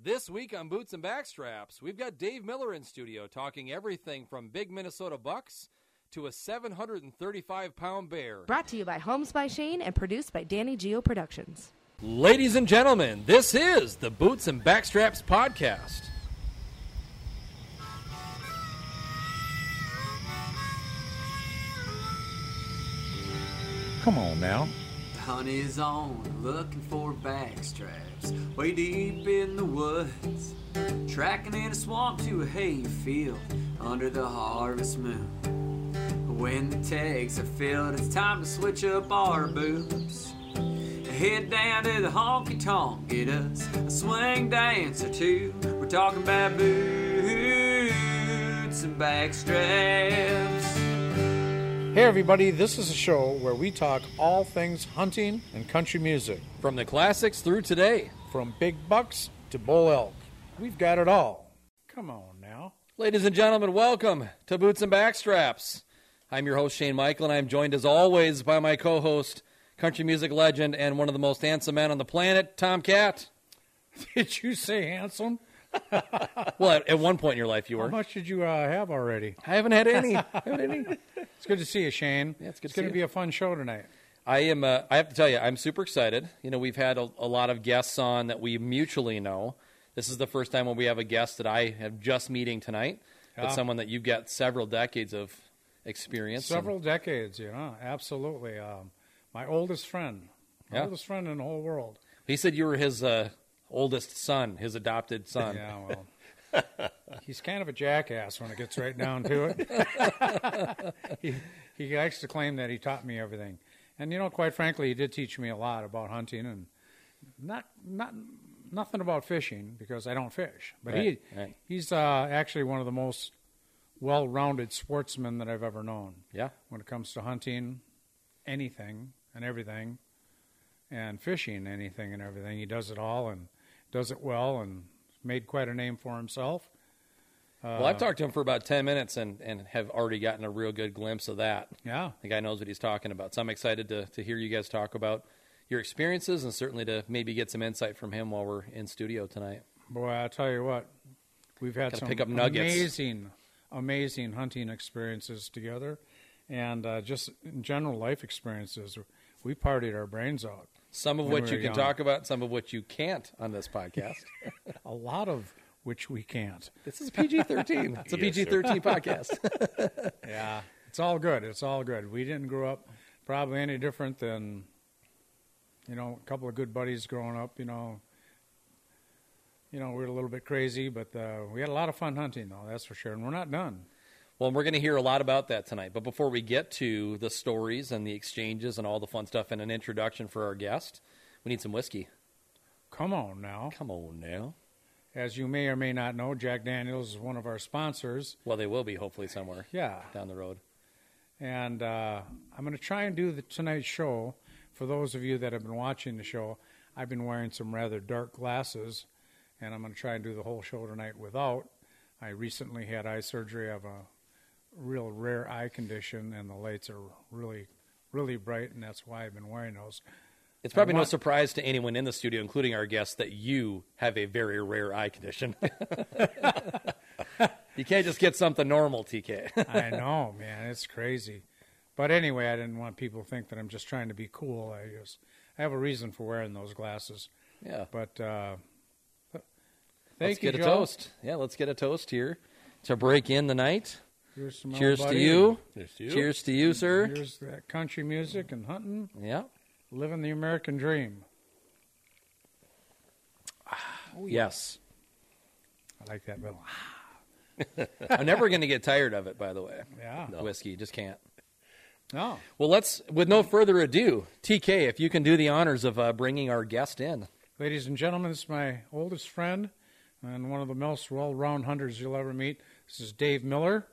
This week on Boots and Backstraps, we've got Dave Miller in studio talking everything from big Minnesota bucks to a 735 pound bear. Brought to you by Homes by Shane and produced by Danny Geo Productions. Ladies and gentlemen, this is the Boots and Backstraps podcast. Come on now. Honey's on, looking for backstraps. Way deep in the woods, tracking in a swamp to a hayfield under the harvest moon. When the tags are filled, it's time to switch up our boots. Head down to the honky tonk, get us a swing dance or two. We're talking about boots and backstraps. Hey, everybody, this is a show where we talk all things hunting and country music, From the classics through today. from big bucks to bull elk. We've got it all. Come on now. Ladies and gentlemen, welcome to Boots and Backstraps. I'm your host, Shane Michael, and I'm joined as always by my co host, country music legend, and one of the most handsome men on the planet, Tom Cat. Did you say handsome? Well, at, at one point in your life, you How were. much did you uh, have already? I haven't had any. I haven't had any. It's good to see you, Shane. Yeah, it's good to see going you. to be a fun show tonight. I am. Uh, I have to tell you, I'm super excited. You know, we've had a, a lot of guests on that we mutually know. This is the first time when we have a guest that I have just meeting tonight, Yeah. but someone that you've got several decades of experience. and- Several decades, you know, absolutely. Um, my oldest friend, my Yeah. oldest friend in the whole world. he said you were his uh, oldest son, his adopted son. Yeah, well, he's kind of a jackass when it gets right down to it. he, he likes to claim that he taught me everything, and you know, quite frankly, he did teach me a lot about hunting and not not nothing about fishing because I don't fish. But Right, he right. he's uh, actually one of the most well-rounded sportsmen that I've ever known Yeah. when it comes to hunting, anything and everything, and fishing, anything and everything. He does it all and does it well and made quite a name for himself. well, I've talked to him for about ten minutes and and have already gotten a real good glimpse of that. Yeah. The guy knows what he's talking about. So I'm excited to to hear you guys talk about your experiences and certainly to maybe get some insight from him while we're in studio tonight. Boy, I'll tell you what, we've had Gotta some pick up nuggets. amazing, amazing hunting experiences together and uh, just in general life experiences. We partied our brains out. Some of when which you we were can young. talk about, some of which you can't on this podcast. A lot of which we can't. this is PG 13. It's a Yes, PG sir. 13 podcast. Yeah, it's all good. It's all good. We didn't grow up probably any different than, you know, a couple of good buddies growing up. You know, you know, we were a little bit crazy, but uh, we had a lot of fun hunting, though. That's for sure. And we're not done. well, we're going to hear a lot about that tonight. But before we get to the stories and the exchanges and all the fun stuff and an introduction for our guest, we need some whiskey. Come on now. Come on now. As you may or may not know, Jack Daniels is one of our sponsors. Well, they will be hopefully somewhere Yeah, down the road. and uh, I'm going to try and do the tonight's show. For those of you that have been watching the show, I've been wearing some rather dark glasses, and I'm going to try and do the whole show tonight without. I recently had eye surgery. I have a real rare eye condition, and the lights are really, really bright, and that's why I've been wearing those. It's probably no want- surprise to anyone in the studio, including our guests, that you have a very rare eye condition. you can't just get something normal, TK. I know, man, it's crazy. But anyway, I didn't want people to think that I'm just trying to be cool. I just I have a reason for wearing those glasses. yeah. But uh, th- let's thank you, get a Joe. toast. Yeah, let's get a toast here to break in the night. Here's some Cheers to buddy. you. Cheers to you. Cheers to you, sir. Here's that country music and hunting, Yeah. living the American dream. Yes. I like that little. I'm never going to get tired of it, by the way. Yeah. No. Whiskey, just can't. No. Well, let's, with no further ado, TK, if you can do the honors of uh, bringing our guest in. Ladies and gentlemen, this is my oldest friend and one of the most well round hunters you'll ever meet. This is Dave Miller.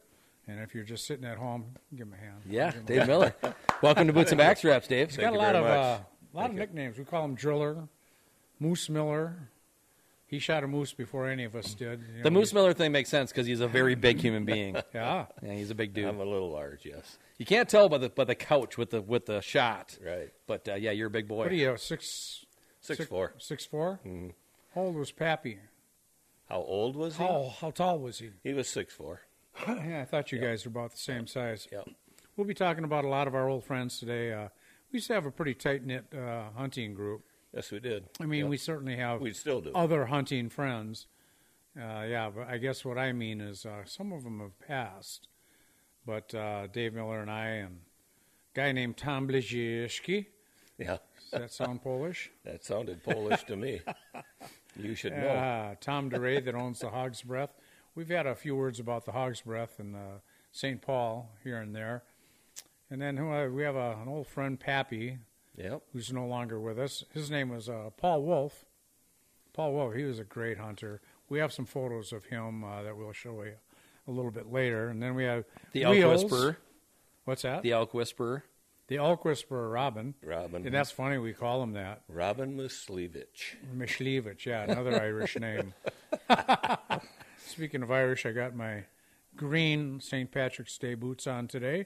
And if you're just sitting at home, give him a hand. Yeah, Give him a- Dave Miller. Welcome to Boots and Backstraps, Dave. He's got a Thank you lot of very uh, much. a lot of nicknames. We call him Driller, Moose Miller. He shot a moose before any of us did. You The know, Moose Miller thing makes sense because he's a very big human being. he- Yeah. Yeah, he's a big dude. I'm a little large, yes. You can't tell by the by the couch with the with the shot. Right. But uh, yeah, you're a big boy. What are you? Six. Six four. Six four. How old was Pappy? How old was he? Tall. How tall was he? He was six four. yeah, I thought you guys were about the same size. Yep. We'll be talking about a lot of our old friends today. Uh, we used to have a pretty tight knit uh, hunting group. Yes, we did. I mean, Yep. we Um, certainly have we still do. other hunting friends. Uh, yeah, but I guess what I mean is uh, some of them have passed. But uh, Dave Miller and I and a guy named Tom Blizieski. yeah, Does that sound Polish? that sounded Polish to me. You should know. Uh, Tom DeRay that owns the Hog's Breath. We've had a few words about the Hog's Breath and uh, St. Paul here and there. And then who I- we have a, an old friend, Pappy, Yep. who's no longer with us. His name was uh, Paul Wolf. Paul Wolf, he was a great hunter. We have some photos of him uh, that we'll show you a little bit later. And then we have The Elk Wheels. Whisperer. What's that? The Elk Whisperer. the Elk Whisperer, Robin. Robin. And that's funny, we call him that. Robin Muslevich. Mishlevich, yeah, another Irish name. Speaking of Irish, I got my green St. Patrick's Day boots on today.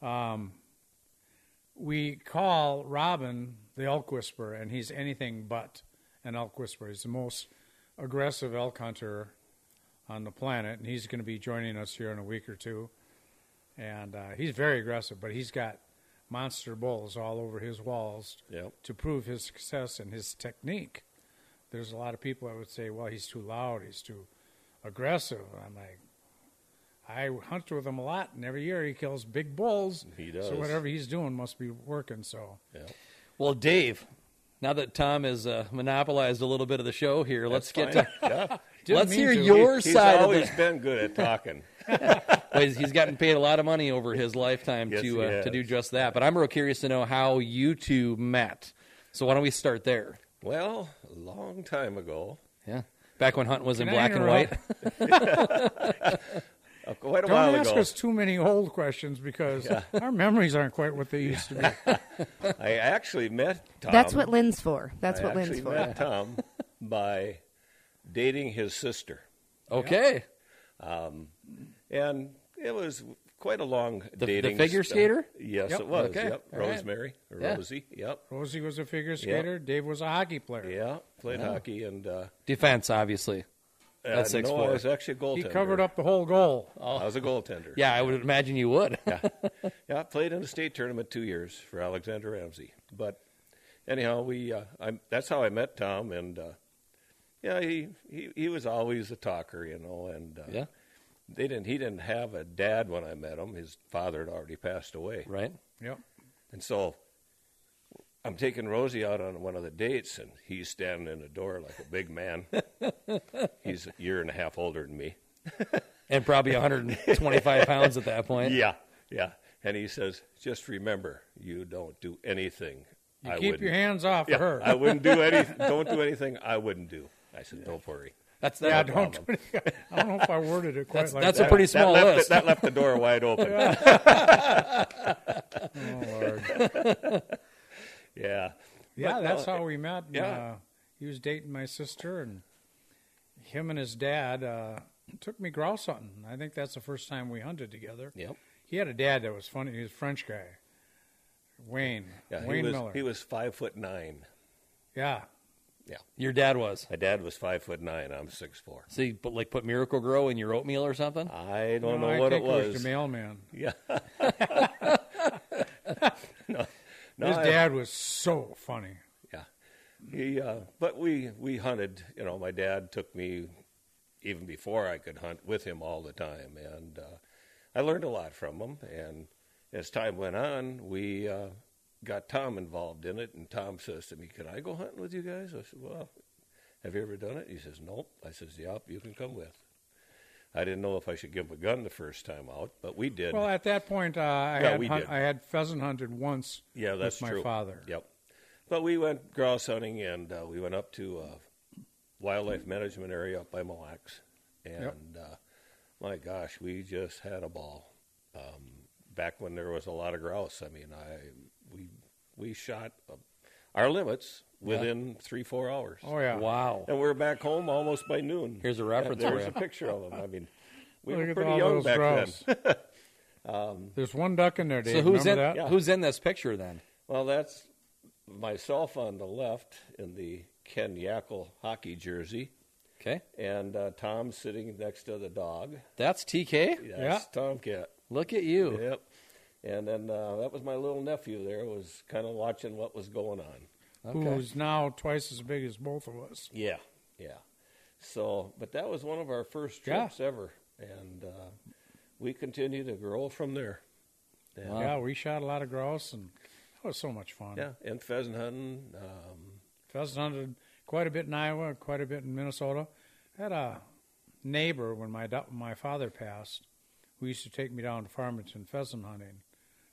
Um, we call Robin the elk whisperer, and he's anything but an elk whisperer. He's the most aggressive elk hunter on the planet, and he's going to be joining us here in a week or two. And uh, he's very aggressive, but he's got monster bulls all over his walls Yep. to prove his success and his technique. There's a lot of people that would say, well, he's too loud, he's too aggressive. And I'm like, I hunt with him a lot, and every year he kills big bulls. He So does. whatever he's doing must be working. So Yep. Well, Dave, now that Tom has uh, monopolized a little bit of the show here, let's get to. Yeah. Didn't let's mean hear to. your He's side of always it. been good at talking. He's- he's gotten paid a lot of money over his lifetime Yes, to he uh, has. to do just that. But I'm real curious to know how you two met. So why don't we start there? Well, a long time ago, Yeah, back when hunting was in Can I black and white. interrupt? uh, quite a don't while ask ago, us too many old questions because our memories aren't quite what they used to be. I actually met Tom. That's what Lynn's for. That's Um, I what Lynn's actually for. met Tom by dating his sister, Okay, and it was quite a long the dating. figure st- skater? Yes, Yep. it was. Okay. Yep, All right. Rosemary, or Yeah. Rosie. Yep, Rosie was a figure skater, Dave was a hockey player. yeah. Played hockey and uh, defense obviously. That's uh, six no, four. I was actually a goaltender. He covered up the whole goal. I was a goaltender. Yeah, I would imagine you would. Yeah, played in the state tournament two years for Alexander Ramsey. But anyhow, we uh, I, that's how I met Tom, and uh, yeah, he, he he was always a talker, you know, and uh, Yeah. they didn't he didn't have a dad when I met him. His father had already passed away, Right? Yep. and so. I'm taking Rosie out on one of the dates, and he's standing in the door like a big man. he's a year and a half older than me. And probably 125 pounds at that point. Yeah, yeah. And he says, "Just remember, you don't do anything. You I keep wouldn't your hands off Yeah, of her. I wouldn't do anything. Don't do anything I wouldn't do. I said, don't worry. That's that. yeah, don't. I don't know if I worded it quite That's- like that's a that. pretty That small left, list. it- that left the door wide open. Yeah. Oh, Lord. Yeah, But no, that's how we met. and, yeah. Uh, he was dating my sister, and him and his dad uh, took me grouse hunting. I think that's the first time we hunted together. Yep. He had a dad that was funny. He was a French guy, Wayne. Yeah, Wayne he was, Miller. He was five foot nine. yeah. Your dad was. My dad was five foot nine. I'm six four. So you put, like put Miracle Grow in your oatmeal or something? I don't No, know I what it think was. He was the mailman. yeah. no, His I- dad was so funny. Yeah. He, uh, but we we hunted. You know, my dad took me even before I could hunt with him all the time, and uh, I learned a lot from him. And as time went on, we uh, got Tom involved in it. And Tom says to me, "Can I go hunting with you guys?" I said, "Well, have you ever done it?" He says, "Nope." I says, "Yep, you can come with." I didn't know if I should give him a gun the first time out, but we did. Well, at that point, uh, I, Yeah, had we hunt, did. I had pheasant hunted once Yeah, with that's my true. father. Yep. But we went grouse hunting, and uh, we went up to uh, wildlife management area up by Mille Lacs, and uh, my gosh, we just had a ball. Um, back when there was a lot of grouse, I mean, I we we shot uh, our limits within three four hours, Oh, yeah. Wow. and we were back home almost by noon. Here's a reference for There's you. a picture of them. I mean, we Look were at pretty all young those back grouse. then. There's one duck in there, Dave. So who's Remember in that? Yeah. who's in this picture then? Well, that's myself on the left in the Ken Yackel hockey jersey. Okay. and uh, Tom's sitting next to the dog. That's TK. That's Yeah. Tomcat. Look at you. Yep. And then uh, that was my little nephew. There was kind of watching what was going on. Okay. who's now twice as big as both of us. Yeah, yeah. So, but that was one of our first Yeah. trips ever, and uh, we continue to grow from there. And, Wow. Yeah, we shot a lot of grouse, and that was so much fun. Yeah, and pheasant hunting. Um, Pheasant hunted quite a bit in Iowa, quite a bit in Minnesota. I had a neighbor when my da- my father passed, who used to take me down to Farmington pheasant hunting.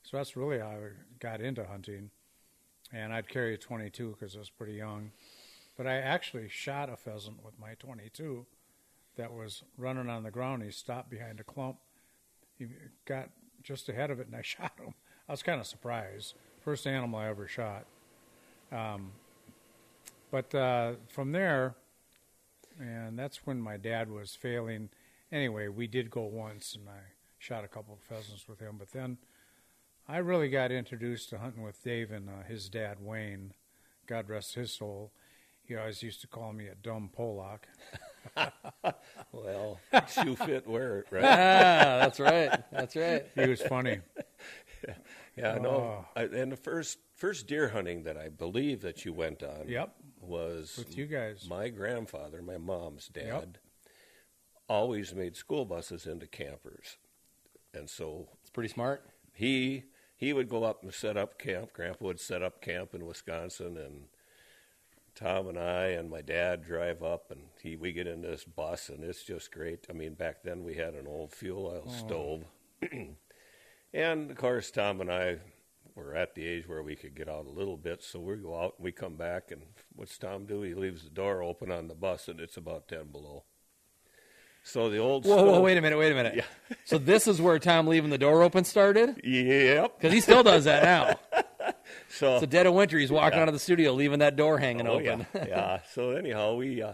So that's really how I got into hunting. And I'd carry a 22 because I was pretty young. But I actually shot a pheasant with my 22 that was running on the ground. He stopped behind a clump. He got just ahead of it, and I shot him. I was kind of surprised. First animal I ever shot. But uh, from there, and that's when my dad was failing. Anyway, we did go once, and I shot a couple of pheasants with him. But then I really got introduced to hunting with Dave and uh, his dad, Wayne. God rest his soul. He always used to call me a dumb Pollock. well, shoe fit, wear it, right? ah, that's right. That's right. He was funny. Yeah, I Oh. know. I, and the first first deer hunting that I believe that you went on. Yep. Was With you guys. My grandfather, my mom's dad, always made school buses into campers, and so It's pretty smart. he he would go up and set up camp. Grandpa would set up camp in Wisconsin, and Tom and I and my dad drive up, and he we get in this bus, and it's just great. I mean, back then we had an old fuel oil Oh. stove, and of course Tom and I were at the age where we could get out a little bit, so we go out and we come back, and what's Tom do? He leaves the door open on the bus, and it's about ten below. So the old Whoa, whoa, stove- wait a minute, wait a minute. so this is where Tom leaving the door open started? Yep. Because he still does that now. So It's the dead of winter. He's walking out of the studio, leaving that door hanging Oh, open. Yeah, yeah. So anyhow, we uh,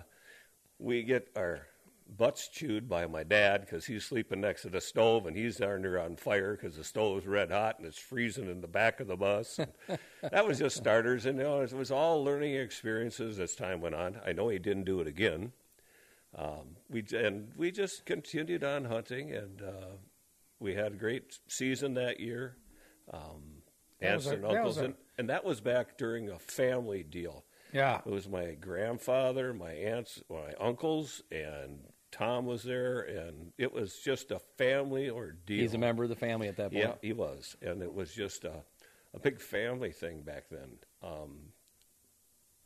we get our butts chewed by my dad because he's sleeping next to the stove and he's down there on fire because the stove's red hot and it's freezing in the back of the bus. And that was just starters, and you know, it was all learning experiences as time went on. I know he didn't do it again. Um, we j- and we just continued on hunting, and uh, we had a great season that year. Um, That aunts was a- and that was uncles, a- and, and that was back during a family deal. Yeah. It was my grandfather, my aunts, my uncles, and Tom was there, and it was just a family ordeal. He's a member of the family at that point. Yeah, he was, and it was just a, a big family thing back then. Um,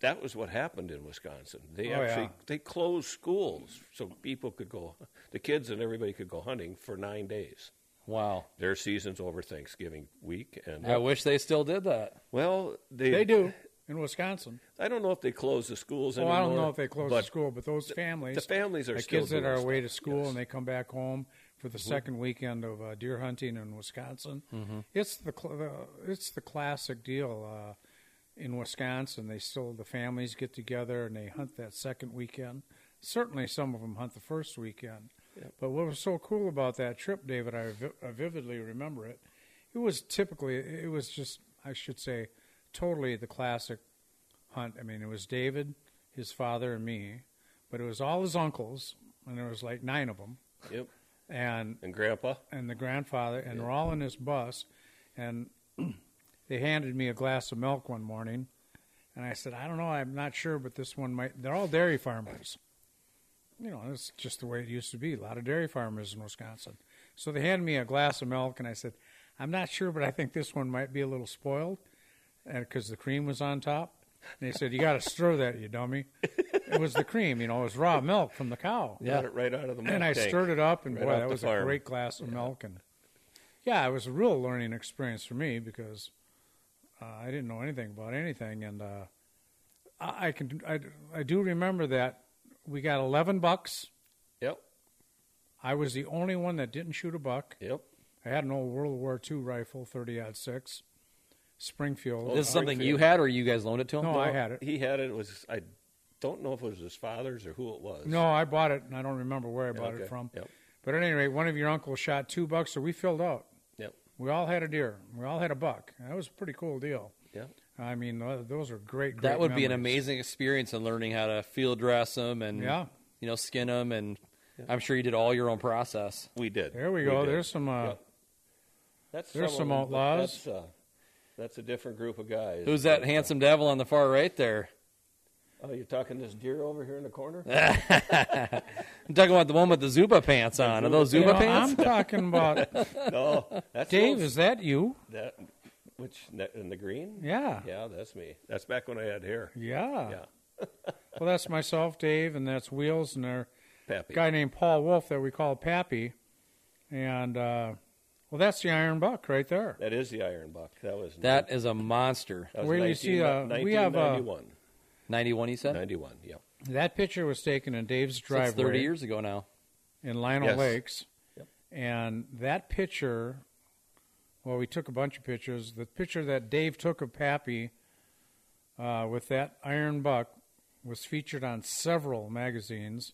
that was what happened in Wisconsin. They Oh, actually yeah. they closed schools so people could go, the kids and everybody could go hunting for nine days. Wow. Their season's over Thanksgiving week, and I wish they still did that. well, they, They do in Wisconsin. I don't know if they closed the schools Well, anymore. I don't know if they closed the but school, but those families, the families are the still kids that doing are away to stuff, school yes. Mm-hmm. and they come back home for the second weekend of uh, deer hunting in Wisconsin. It's the cl- uh, it's the classic deal uh, in Wisconsin. They still the families get together and they hunt that second weekend. Certainly, some of them hunt the first weekend. But what was so cool about that trip, David, I, vi- I vividly remember it. It was typically, it was just, I should say, totally the classic hunt. I mean, it was David, his father, and me, but it was all his uncles, and there was like nine of them, Yep. and And Grandpa. and the grandfather, and we're all in this bus, and they handed me a glass of milk one morning, and I said, I don't know, I'm not sure, but this one might. They're all dairy farmers, you know, it's just the way it used to be. A lot of dairy farmers in Wisconsin, so they handed me a glass of milk, and I said, I'm not sure, but I think this one might be a little spoiled, because the cream was on top. And they said, "You got to stir that, you dummy." It was the cream, you know, it was raw milk from the cow Got it right out of the milk and I tank. stirred it up, and Right boy, off that the was a farm. great glass of milk. And yeah, it was a real learning experience for me because uh, I didn't know anything about anything, and uh, I, I can I, I do remember that we got eleven bucks. Yep. I was the only one that didn't shoot a buck. Yep. I had an old World War II rifle, thirty odd six, Springfield. this is something you Springfield. had, or you guys loaned it to him? no, I had it. He had it. it was I don't know if it was his father's or who it was. No, I bought it, and I don't remember where I bought Okay. it from. Yep. But at any rate, one of your uncles shot two bucks, so we filled out. Yep. We all had a deer. We all had a buck. That was a pretty cool deal. Yep. I mean, tho- those are great. great That would be an memories. amazing experience in learning how to field dress them and Yeah. you know, skin them, and I'm sure you did all your own process. We did. There we go. did. There's some. Uh, Yep. That's there's of some them, but outlaws. That's, uh, that's a different group of guys. Who's that But, uh, handsome devil on the far right there? Oh, you're talking this deer over here in the corner? I'm talking about the one with the Zuba pants on. Are those you Zuba know, pants? I'm talking about no, that's Dave. those- Is that you? that which that- in the green? Yeah. Yeah, that's me. That's back when I had hair. Yeah. Yeah, Well, that's myself, Dave, and that's Wheels, and our Pappy. guy named Paul Wolf that we call Pappy. And uh, well, that's the Iron Buck right there. That is the Iron Buck. That was That is a monster. That was Where do you see, uh, we have, uh, 1991. 91, you said? 91, yeah. That picture was taken in Dave's So It's driveway 30 years ago now. in Lionel Yes. Lakes, Yep. and that picture. Well, we took a bunch of pictures. The picture that Dave took of Pappy uh, with that Iron Buck was featured on several magazines.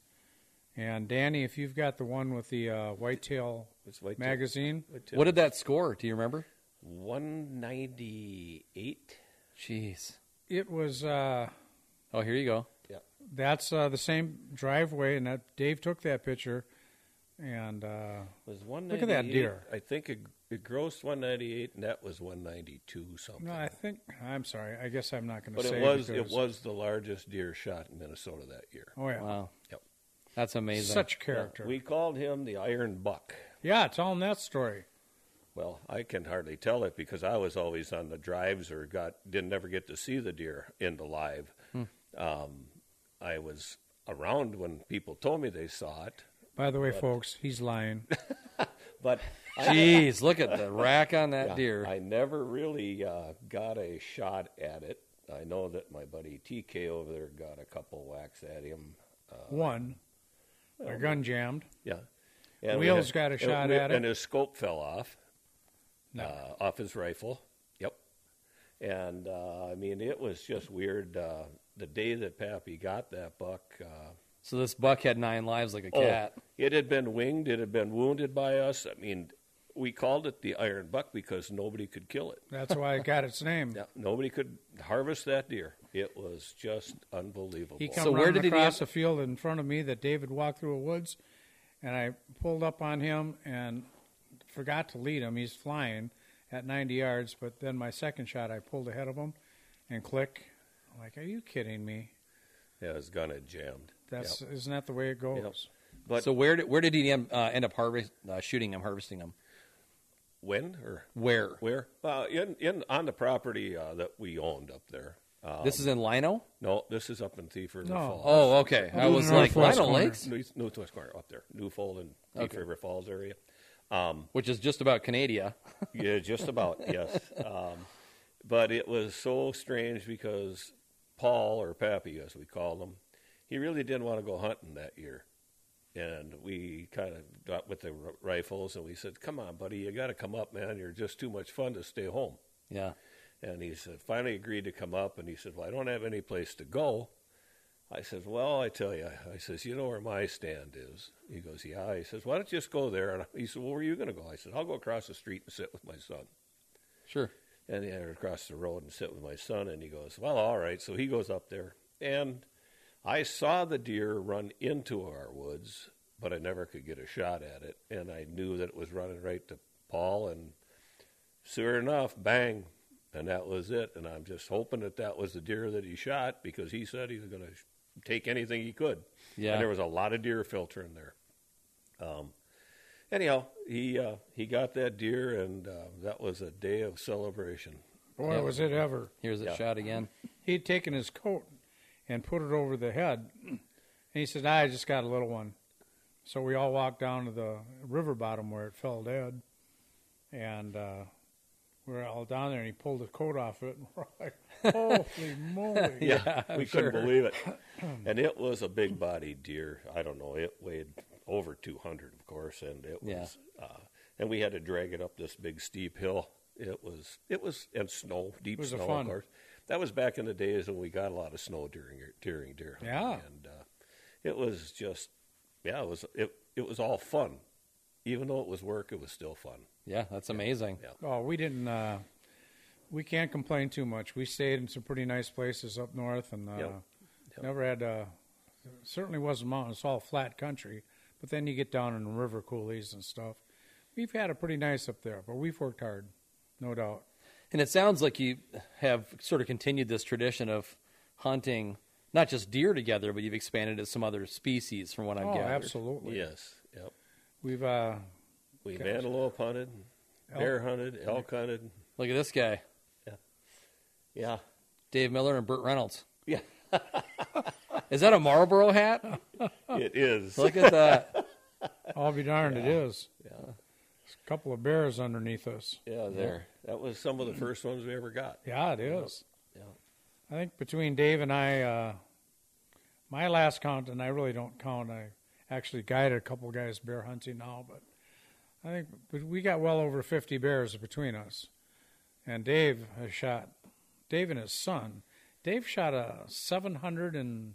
And Danny, if you've got the one with the uh, whitetail It's white magazine, What did that score? Do you remember? 198? Jeez. it was. Uh, Oh, here you go. that's uh, the same driveway, and that Dave took that picture. And uh, Was 198? at that deer. I think it, it grossed 198 and that was 192 something. no, I think I'm sorry. I guess I'm not going to but say it was it because- was the largest deer shot in Minnesota that year. Oh yeah, Wow. Yep. That's amazing. such Yeah, character. we called him the Iron Buck. Yeah, tell them that story. Well, I can hardly tell it because I was always on the drives or got didn't ever get to see the deer in the live. Hmm. Um, I was around when people told me they saw it, By the way, folks, he's lying. but Jeez, look at the rack on that Yeah, deer. I never really uh, got a shot at it. I know that my buddy TK over there got a couple whacks at him. Oh. One, our gun jammed. Yeah, we Wheels had- got a and shot we- at it. and his scope fell off. No. uh, off his rifle. Yep. And uh, I mean, it was just weird. Uh, the day that Pappy got that buck, uh, So this buck had nine lives like a cat. oh, it had been winged. It had been wounded by us. I mean, we called it the Iron Buck because nobody could kill it. That's why it got its name. Yeah, nobody could harvest that deer. It was just unbelievable. He come So where running did he across end- a field in front of me that David walked through a woods, and I pulled up on him and forgot to lead him. He's flying at 90 yards, but then my second shot, I pulled ahead of him and click. I'm like, are you kidding me? yeah, his gun had jammed. That's isn't that the way it goes? Yep. But so where did where did he end, uh, end up harvest, uh, shooting him, harvesting him? when or Where? where? Uh, in in on the property uh, that we owned up there. Uh, this is in Lino. no, this is up in Thief River No. Falls. Oh, okay. I Blue was like Northwest Lino corner. Lakes, New, Northwest corner up there, Newfold and Thief Okay. River Falls area. which is just about Canada. Yeah, just about yes. Um, but it was so strange because Paul or Pappy, as we called him, he really didn't want to go hunting that year, and we kind of got with the r- rifles and we said, "Come on, buddy, you got to come up, man. You're just too much fun to stay home." Yeah. And he said, finally agreed to come up. And he said, Well, I don't have any place to go. I said, Well, I tell you, I says, You know where my stand is? He goes, Yeah. He says, Why don't you just go there? And he said, Well, where are you going to go? I said, I'll go across the street and sit with my son. Sure. And he or across the road and sit with my son. And he goes, Well, all right. So he goes up there. And I saw the deer run into our woods, but I never could get a shot at it. And I knew that it was running right to Paul. And sure enough, bang. And that was it. And I'm just hoping that that was the deer that he shot because he said he was going to take anything he could. Yeah. And there was a lot of deer filter in there. Um, anyhow, he uh, he got that deer, and uh, that was a day of celebration. Boy, Yep. was it ever. Here's it Yeah. shot again. He'd taken his coat and put it over the head, and he said, "I just got a little one." So we all walked down to the river bottom where it fell dead, and uh, we were all down there. And he pulled his coat off it, and we're like, "Holy moly!" Yeah, we couldn't believe it. And it was a big bodied deer. I don't know. It weighed over 200, of course, and it Yeah. was. Uh, and we had to drag it up this big steep hill. It was it was and snow, deep was a snow, fun. of course. That was back in the days when we got a lot of snow during during deer hunting. Yeah. and uh, it was just yeah, it was it it was all fun. Even though it was work, it was still fun. Yeah, that's amazing. Yeah. Oh, we didn't. Uh, we can't complain too much. We stayed in some pretty nice places up north, and uh, Yep. Yep. never had to It certainly wasn't mountains, it's all flat country. But then you get down in the river coulees and stuff. We've had it pretty nice up there, but we've worked hard, no doubt. And it sounds like you have sort of continued this tradition of hunting not just deer together, but you've expanded to some other species, from what I've oh, gathered. absolutely. Yes. Yep. We've uh, We've Gotcha. antelope hunted, Elk. bear hunted, elk hunted. Look at this guy, Yeah. Dave Miller and Burt Reynolds. Yeah. Is that a Marlboro hat? It is. Look at that. I'll be darned, it is. Yeah. There's a couple of bears underneath us. Yeah, there. That was some of the first ones we ever got. Yeah, it is. Yeah. I think between Dave and I, uh, my last count, and I really don't count. I actually guided a couple guys bear hunting now, but I think but we got well over 50 bears between us. And Dave has shot, Dave and his son, Dave shot a 700 and,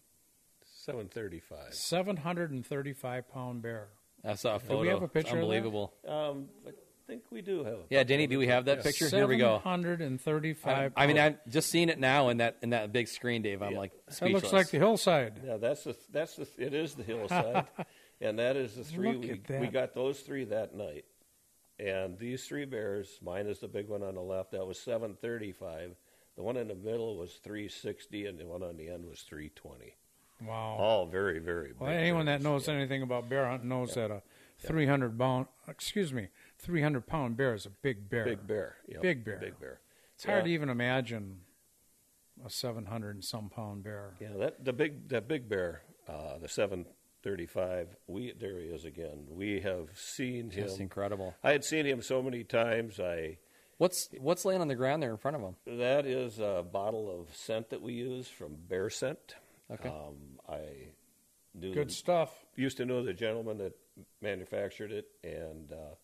735. 735 pound bear. I saw a we photo. have a picture of that? Unbelievable. Um, I think we do have a Yeah, Denny, do we have that picture? Here we go. 735 I, I mean, pound- I've just seen it now in that in that big screen, Dave. I'm Yeah. like oh. that speechless. looks like the hillside. Yeah, that's the that's the it is the hillside, and that is the three Look we at that. we got those three that night, and these three bears. Mine is the big one on the left. That was seven thirty five. The one in the middle was three sixty, and the one on the end was three twenty. Wow. All very very. Well, big anyone that bears. knows anything about bear hunting knows that a 300 pound, excuse me, 300 pound bear is a big bear. big bear, Yep, Big bear. big bear. It's hard Yeah. to even imagine a 700 and some pound bear. Yeah, that the big that big bear, uh, the seven thirty five. We there he is again. We have seen him. Just incredible. I had seen him so many times. I What's what's laying on the ground there in front of him? That is a bottle of scent that we use from Bear Scent. Okay. Um, I knew Good the- stuff. used to know the gentleman that manufactured it, and uh,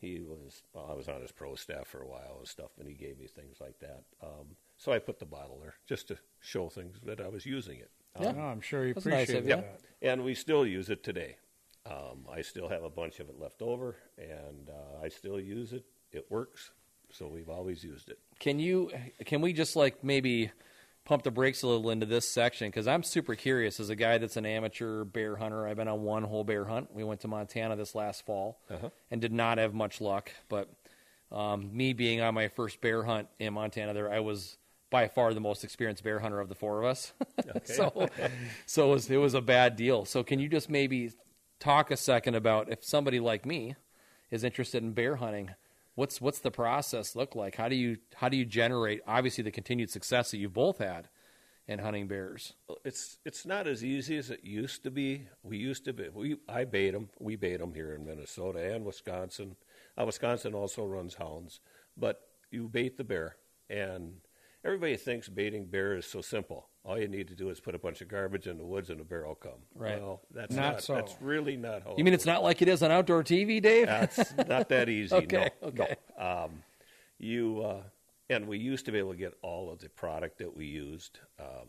he was well, I was on his pro staff for a while and stuff, and he gave me things like that. Um, so I put the bottle there just to show things that I was using it. Yeah. Oh, I'm sure you That's nice of appreciate you. that. And we still use it today. Um, I still have a bunch of it left over, and uh, I still use it. It works, so we've always used it. Can you can we just like maybe pump the brakes a little into this section because I'm super curious as a guy that's an amateur bear hunter. I've been on one whole bear hunt. We went to Montana this last fall and did not have much luck. But um, me being on my first bear hunt in Montana, there I was by far the most experienced bear hunter of the four of us. so so it was, it was a bad deal. So can you just maybe talk a second about if somebody like me is interested in bear hunting? What's what's the process look like? How do you how do you generate obviously the continued success that you've both had in hunting bears? it's it's not as easy as it used to be. We used to be we I bait them. We bait them here in Minnesota and Wisconsin. Uh, Wisconsin also runs hounds, but you bait the bear, and everybody thinks baiting bear is so simple. All you need to do is put a bunch of garbage in the woods, and the bear will come. Right. Well, that's Not not, so. that's really not how. You mean it's not like it is on outdoor TV, Dave? That's not that easy. Okay, no, okay. No. Um, you uh, and we used to be able to get all of the product that we used um,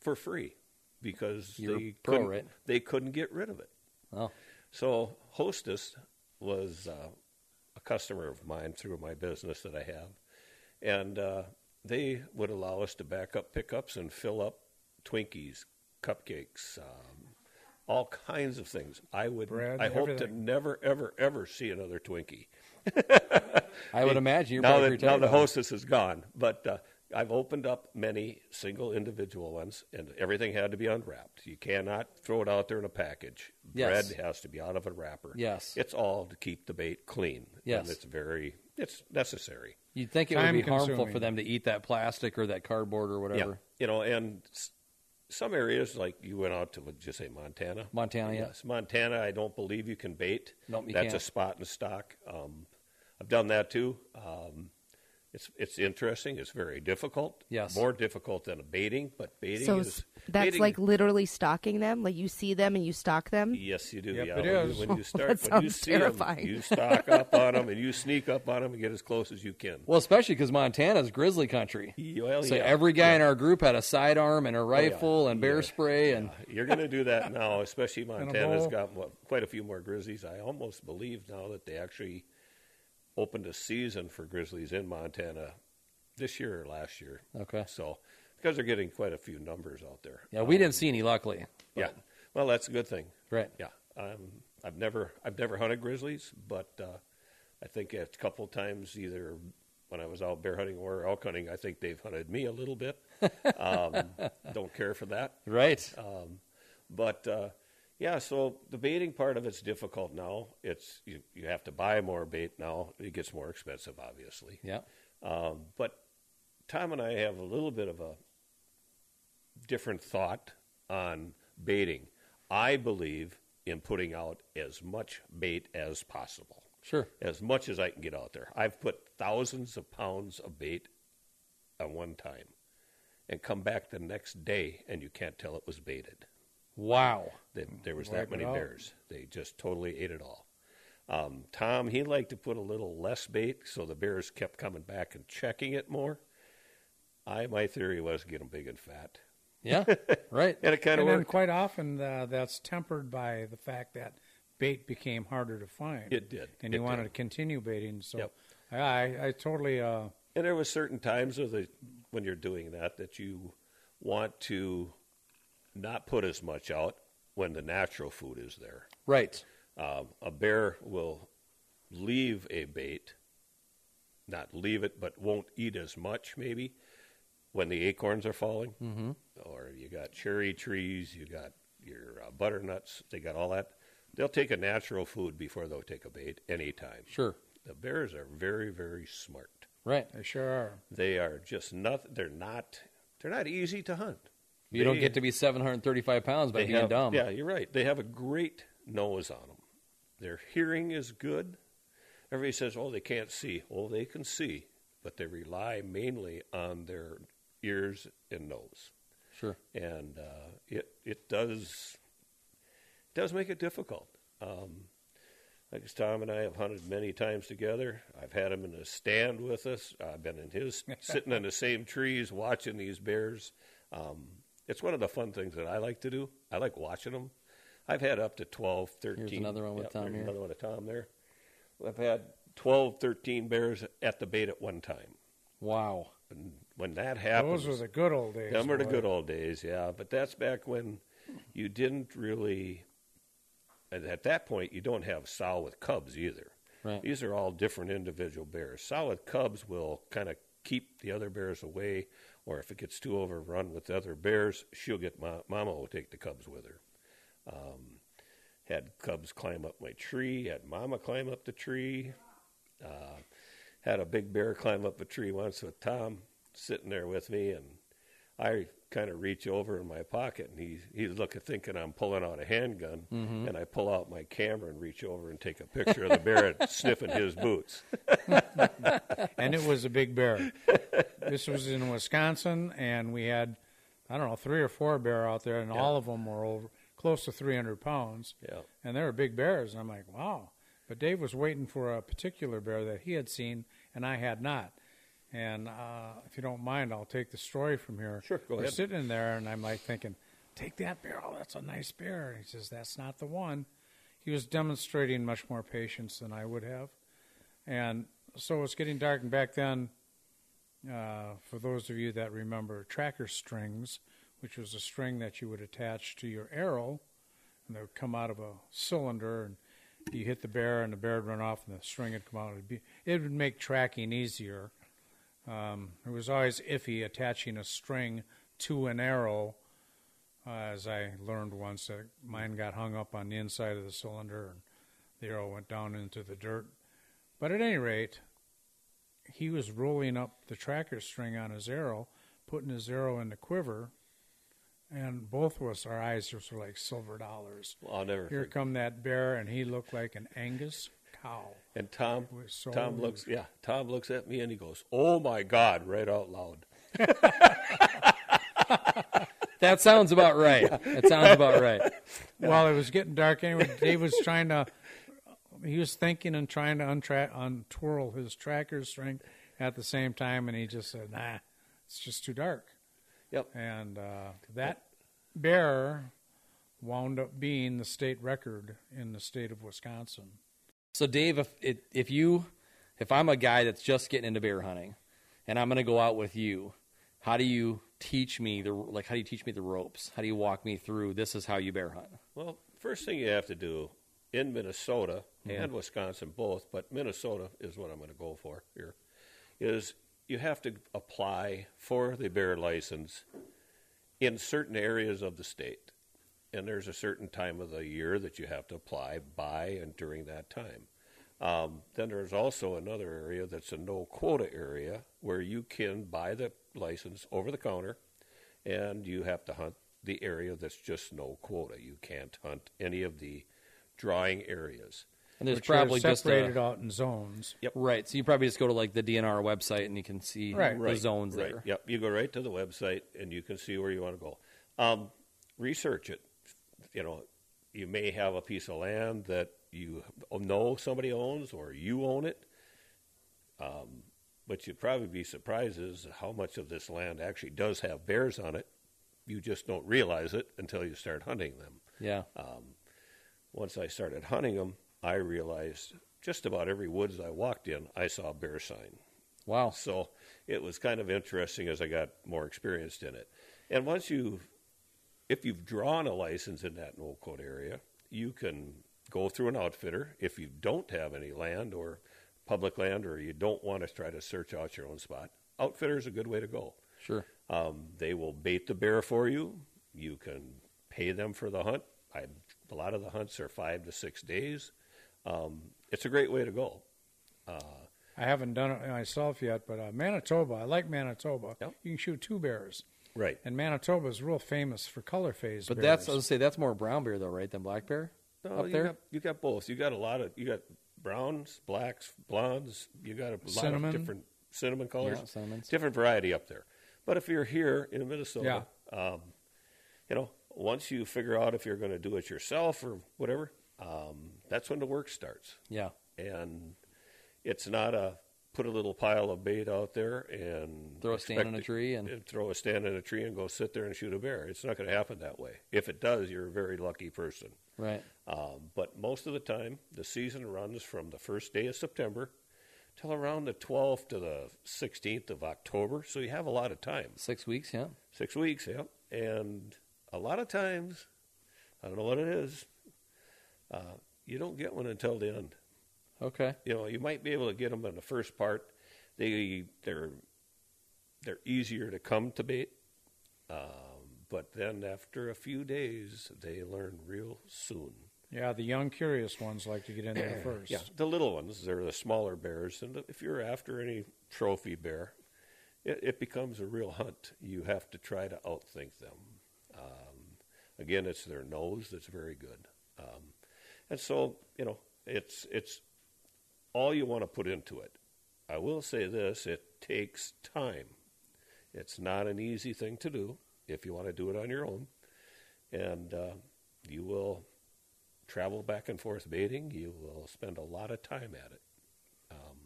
for free because You're they pro, couldn't, right? they couldn't get rid of it. Oh, So Hostess was uh, a customer of mine through my business that I have, and uh, they would allow us to back up pickups and fill up Twinkies, cupcakes, um, all kinds of things. I would, Bread, I hope to everything. never, ever, ever see another Twinkie. I would imagine you're now probably that retired now the by now. Hostess is gone, but. Uh, I've opened up many single individual ones, and everything had to be unwrapped. You cannot throw it out there in a package. Yes. Bread has to be out of a wrapper. Yes. It's all to keep the bait clean. Yes. And it's very, it's necessary. You'd think it would be harmful Time-consuming. for them to eat that plastic or that cardboard or whatever. You know, and s- some areas, like you went out to, would you say Montana? Montana, yeah. Yes. Montana, I don't believe you can bait. Nope, you That's a can't. spot in stock. Um, I've done that too. Um, it's, it's interesting. It's very difficult. Yes. More difficult than a baiting, but baiting So is. s- that's baiting- like literally stalking them. Like you see them and you stalk them. Yes, you do. Yep, yeah, it when, you- is. when you start, that when you sounds see 'em, terrifying. you stock up on them and you sneak up on them and get as close as you can. Well, especially because Montana's grizzly country. Well, so Oh, yeah. every guy Yeah. Oh, in our group had a sidearm and a rifle and bear Yeah. spray and You're going to do that now, especially Montana's bowl. got what, quite a few more grizzlies. I almost believe now that they actually opened a season for grizzlies in Montana this year or last year. Okay. So because they're getting quite a few numbers out there. Yeah, we didn't see any, luckily. Yeah. Well, that's a good thing. Right. Yeah. Um, I've never I've never hunted grizzlies, but uh, I think a couple times either when I was out bear hunting or elk hunting, I think they've hunted me a little bit. Um, don't care for that. Right. But uh, yeah, so the baiting part of it's difficult now. It's you, you have to buy more bait now. It gets more expensive, obviously. yeah. Um, but Tom and I have a little bit of a different thought on baiting. I believe in putting out as much bait as possible, Sure. as much as I can get out there. I've put thousands of pounds of bait at one time and come back the next day and you can't tell it was baited. Wow. That there was Wipe that it many out. bears. They just totally ate it all. Um, Tom, he liked to put a little less bait, so the bears kept coming back and checking it more. I, my theory was get them big and fat, Yeah. right. and it kind of and then worked. quite often uh, that's tempered by the fact that bait became harder to find. It did. and It you wanted did. to continue baiting. So Yep. I, I, I totally. Uh, And there were certain times of the when you're doing that that you want to not put as much out when the natural food is there. Right. Um, a bear will leave a bait, not leave it, but won't eat as much maybe when the acorns are falling. Mm-hmm. Or you got cherry trees, you got your uh, butternuts, they got all that. They'll take a natural food before they'll take a bait anytime. Sure. The bears are very, very smart. Right. I sure are. They are just not. They're not. They're not easy to hunt. You don't They- get to be 735 pounds by they being have- dumb. Yeah, you're right. They have a great nose on them. Their hearing is good. Everybody says, "Oh, they can't see." Well, they can see, but they rely mainly on their ears and nose, Sure. and uh, it it does it does make it difficult. Um, like as Tom and I have hunted many times together. I've had him in a stand with us. I've been in his sitting in the same trees watching these bears. Um, it's one of the fun things that I like to do. I like watching them. I've had up to 12, 13. Here's another one with Yep, Tom there's here. Another one of Tom there. I've had 12, 13 bears at the bait at one time. Wow. And when that happens, Those were the good old days. them were the boy. good old days, yeah. But that's back when you didn't really. and At that point, you don't have sow with cubs either. Right. These are all different individual bears. Sow with cubs will kind of keep the other bears away, or if it gets too overrun with the other bears, she'll get ma- mama will take the cubs with her. Um, had cubs climb up my tree. Had mama climb up the tree. Uh, had a big bear climb up a tree once with Tom sitting there with me, and I kind of reach over in my pocket, and he he's looking, thinking I'm pulling out a handgun, and I pull out my camera and reach over and take a picture of the bear and sniffing his boots. and it was a big bear. this was in Wisconsin, and we had, I don't know, three or four bear out there, and all of them were over close to 300 pounds. Yeah. And they were big bears, and I'm like, wow. But Dave was waiting for a particular bear that he had seen, and I had not. And uh, if you don't mind, I'll take the story from here. Sure, go We're ahead. sitting in there, and I'm like thinking, take that bear. Oh, that's a nice bear. And he says, that's not the one. He was demonstrating much more patience than I would have. And so it's getting dark, and back then, uh, for those of you that remember tracker strings, which was a string that you would attach to your arrow, and they would come out of a cylinder, and you hit the bear, and the bear would run off, and the string would come out. It'd be, it would make tracking easier. Um, it was always iffy attaching a string to an arrow, uh, as I learned once that mine got hung up on the inside of the cylinder, and the arrow went down into the dirt. But at any rate, he was rolling up the tracker string on his arrow, putting his arrow in the quiver, and both of us, our eyes just were like silver dollars. Well, I'll never. Here forget. come that bear, and he looked like an Angus cow. And Tom, It was so Tom looks, yeah, Tom looks at me and he goes, "Oh my God!" right out loud. That sounds about right. That sounds about right. While it was getting dark anyway, Dave was trying to, he was thinking and trying to untra- untwirl his tracker string at the same time, and he just said, nah, it's just too dark. Yep. And uh, that bear wound up being the state record in the state of Wisconsin. So Dave, if it, if you if I'm a guy that's just getting into bear hunting and I'm going to go out with you, how do you teach me the like? How do you teach me the ropes? How do you walk me through? This is how you bear hunt. Well, first thing you have to do in Minnesota and Wisconsin both, but Minnesota is what I'm going to go for here, is you have to apply for the bear license in certain areas of the state. And there's a certain time of the year that you have to apply by and during that time. Um, then there's also another area that's a no quota area where you can buy the license over the counter and you have to hunt the area that's just no quota. You can't hunt any of the drawing areas. And there's which are probably just a, separated out in zones. Yep. Right. So you probably just go to like the DNR website and you can see Right. the Right, zones right. there. Yep, you go right to the website and you can see where you want to go. Um, research it. You know, you may have a piece of land that you know somebody owns or you own it. Um, but you'd probably be surprised is how much of this land actually does have bears on it. You just don't realize it until you start hunting them. Yeah. Once I started hunting them, I realized just about every woods I walked in, I saw a bear sign. Wow. So it was kind of interesting as I got more experienced in it. And once you, if you've drawn a license in that no code area, you can go through an outfitter. If you don't have any land or public land, or you don't want to try to search out your own spot, outfitter is a good way to go. Sure. Um, they will bait the bear for you. You can pay them for the hunt. I, a lot of the hunts are five to six days. Um, it's a great way to go. I haven't done it myself yet, but uh, Manitoba, I like Manitoba. Yep. You can shoot two bears, Right. and Manitoba is real famous for color phase. But bears. that's I was gonna say that's more brown bear though, right? Than black bear No, up you there. Got, you got both. You got a lot of you got browns, blacks, blondes. You got a lot Cinnamon. of different cinnamon colors, Yeah, cinnamons. different variety up there. But if you're here in Minnesota, um, you know, once you figure out if you're going to do it yourself or whatever, um, that's when the work starts. Yeah. And it's not a put a little pile of bait out there and Throw a stand in expect a it- tree and- throw a stand in a tree and go sit there and shoot a bear. It's not going to happen that way. If it does, you're a very lucky person. Right. Um, but most of the time, the season runs from the first day of September till around the 12th to the 16th of October. So you have a lot of time. Six weeks. Yeah. Six weeks, yeah. And a lot of times, I don't know what it is, uh, you don't get one until the end. Okay. You know, you might be able to get them in the first part. They, they're, they're easier to come to bait. Um, but then after a few days, they learn real soon. yeah, the young curious ones like to get in there first. Yeah, the little ones, they're the smaller bears. And if you're after any trophy bear, it, it becomes a real hunt. You have to try to outthink them. Um, again, it's their nose that's very good. Um, and so, you know, it's, it's all you want to put into it. I will say this it takes time. It's not an easy thing to do if you want to do it on your own. And uh, you will travel back and forth baiting, you will spend a lot of time at it um,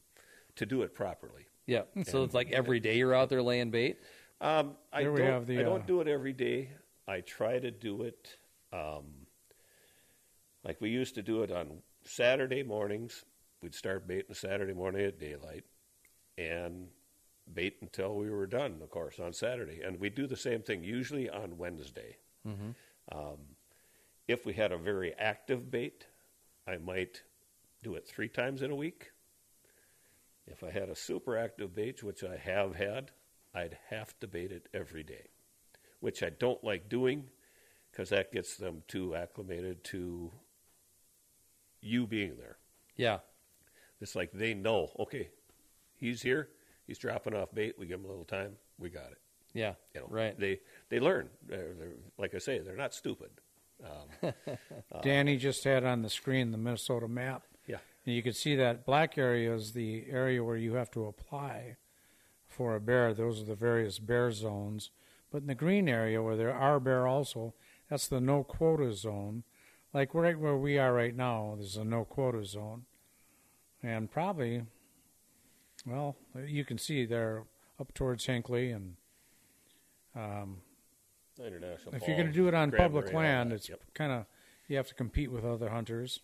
to do it properly. Yeah. So it's like every day you're out there laying bait. Um, I, There don't, we have the, I don't uh, do it every day. I try to do it um, like we used to do it on Saturday mornings. We'd start baiting Saturday morning at daylight and bait until we were done, of course, on Saturday. And we do the same thing usually on Wednesday. Mm-hmm. Um, if we had a very active bait, I might do it three times in a week. If I had a super active bait, which I have had, I'd have to bait it every day, which I don't like doing because that gets them too acclimated to you being there. Yeah. It's like they know, okay, he's here, he's dropping off bait, we give him a little time, we got it. Yeah. You know, Right. They they learn. They're, they're, like I say, they're not stupid. Danny just had on the screen the Minnesota map. Uh, Yeah. And you can see that black area is the area where you have to apply for a bear. Those are the various bear zones. But in the green area where there are bear also, that's the no quota zone. Like right where we are right now, there's a no quota zone. And probably, well, you can see there up towards Hinckley. And um, International. if you're going to do it on public land, it's Yep. kind of, you have to compete with other hunters.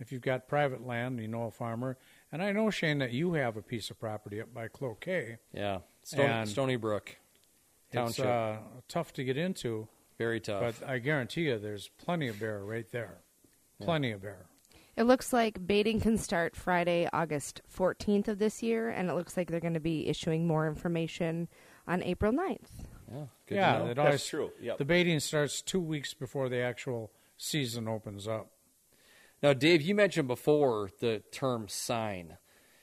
If you've got private land, you know a farmer. And I know, Shane, that you have a piece of property up by Cloquet. Yeah. Stony, And- Stony Brook. It's Township. uh, tough to get into, Very tough. but I guarantee you there's plenty of bear right there. Plenty of bear. It looks like baiting can start Friday, August 14th of this year, and it looks like they're going to be issuing more information on April 9th. yeah, good yeah, to know. it That's always, true, yep. The baiting starts two weeks before the actual season opens up. Now, Dave, you mentioned before the term sign.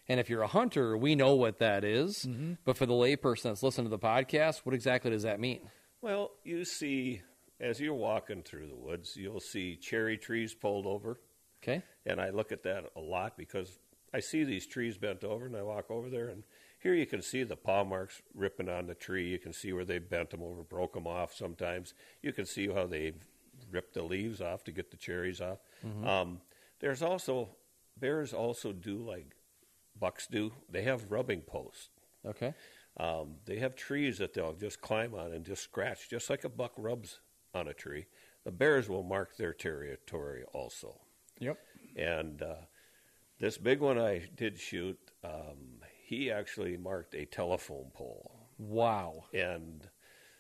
And if you're a hunter, we know what that is. But for the layperson that's listening to the podcast, what exactly does that mean? Well, you see, as you're walking through the woods, you'll see cherry trees pulled over. Okay. And I look at that a lot because I see these trees bent over and I walk over there and here you can see the paw marks ripping on the tree. You can see where they bent them over, broke them off sometimes. You can see how they ripped the leaves off to get the cherries off. Um, there's also, bears also do like bucks do, they have rubbing posts. Okay. Um, they have trees that they'll just climb on and just scratch, just like a buck rubs on a tree. The bears will mark their territory also. Yep. And uh, this big one I did shoot, um, he actually marked a telephone pole. Wow. And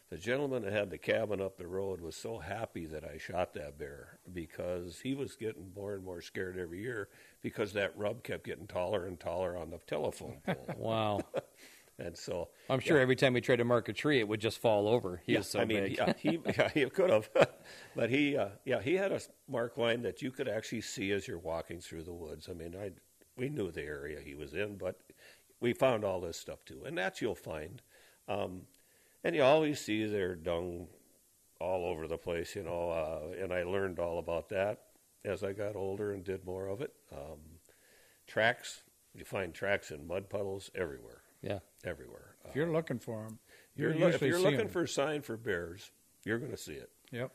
the gentleman that had the cabin up the road was so happy that I shot that bear because he was getting more and more scared every year because that rub kept getting taller and taller on the telephone pole. Wow. and so I'm sure every time we tried to mark a tree, it would just fall over. He yeah, was so I mean, big. yeah, he yeah, he could have, but he uh, yeah he had a s- mark line that you could actually see as you're walking through the woods. I mean, I we knew the area he was in, but we found all this stuff too, and that you'll find, um, and you always see their dung all over the place, you know. Uh, and I learned all about that as I got older and did more of it. Um, tracks, you find tracks in mud puddles everywhere, yeah. everywhere. Uh, If you're looking for them, you're you loo- if usually you're see looking 'em. for a sign for bears, you're going to see it, Yep.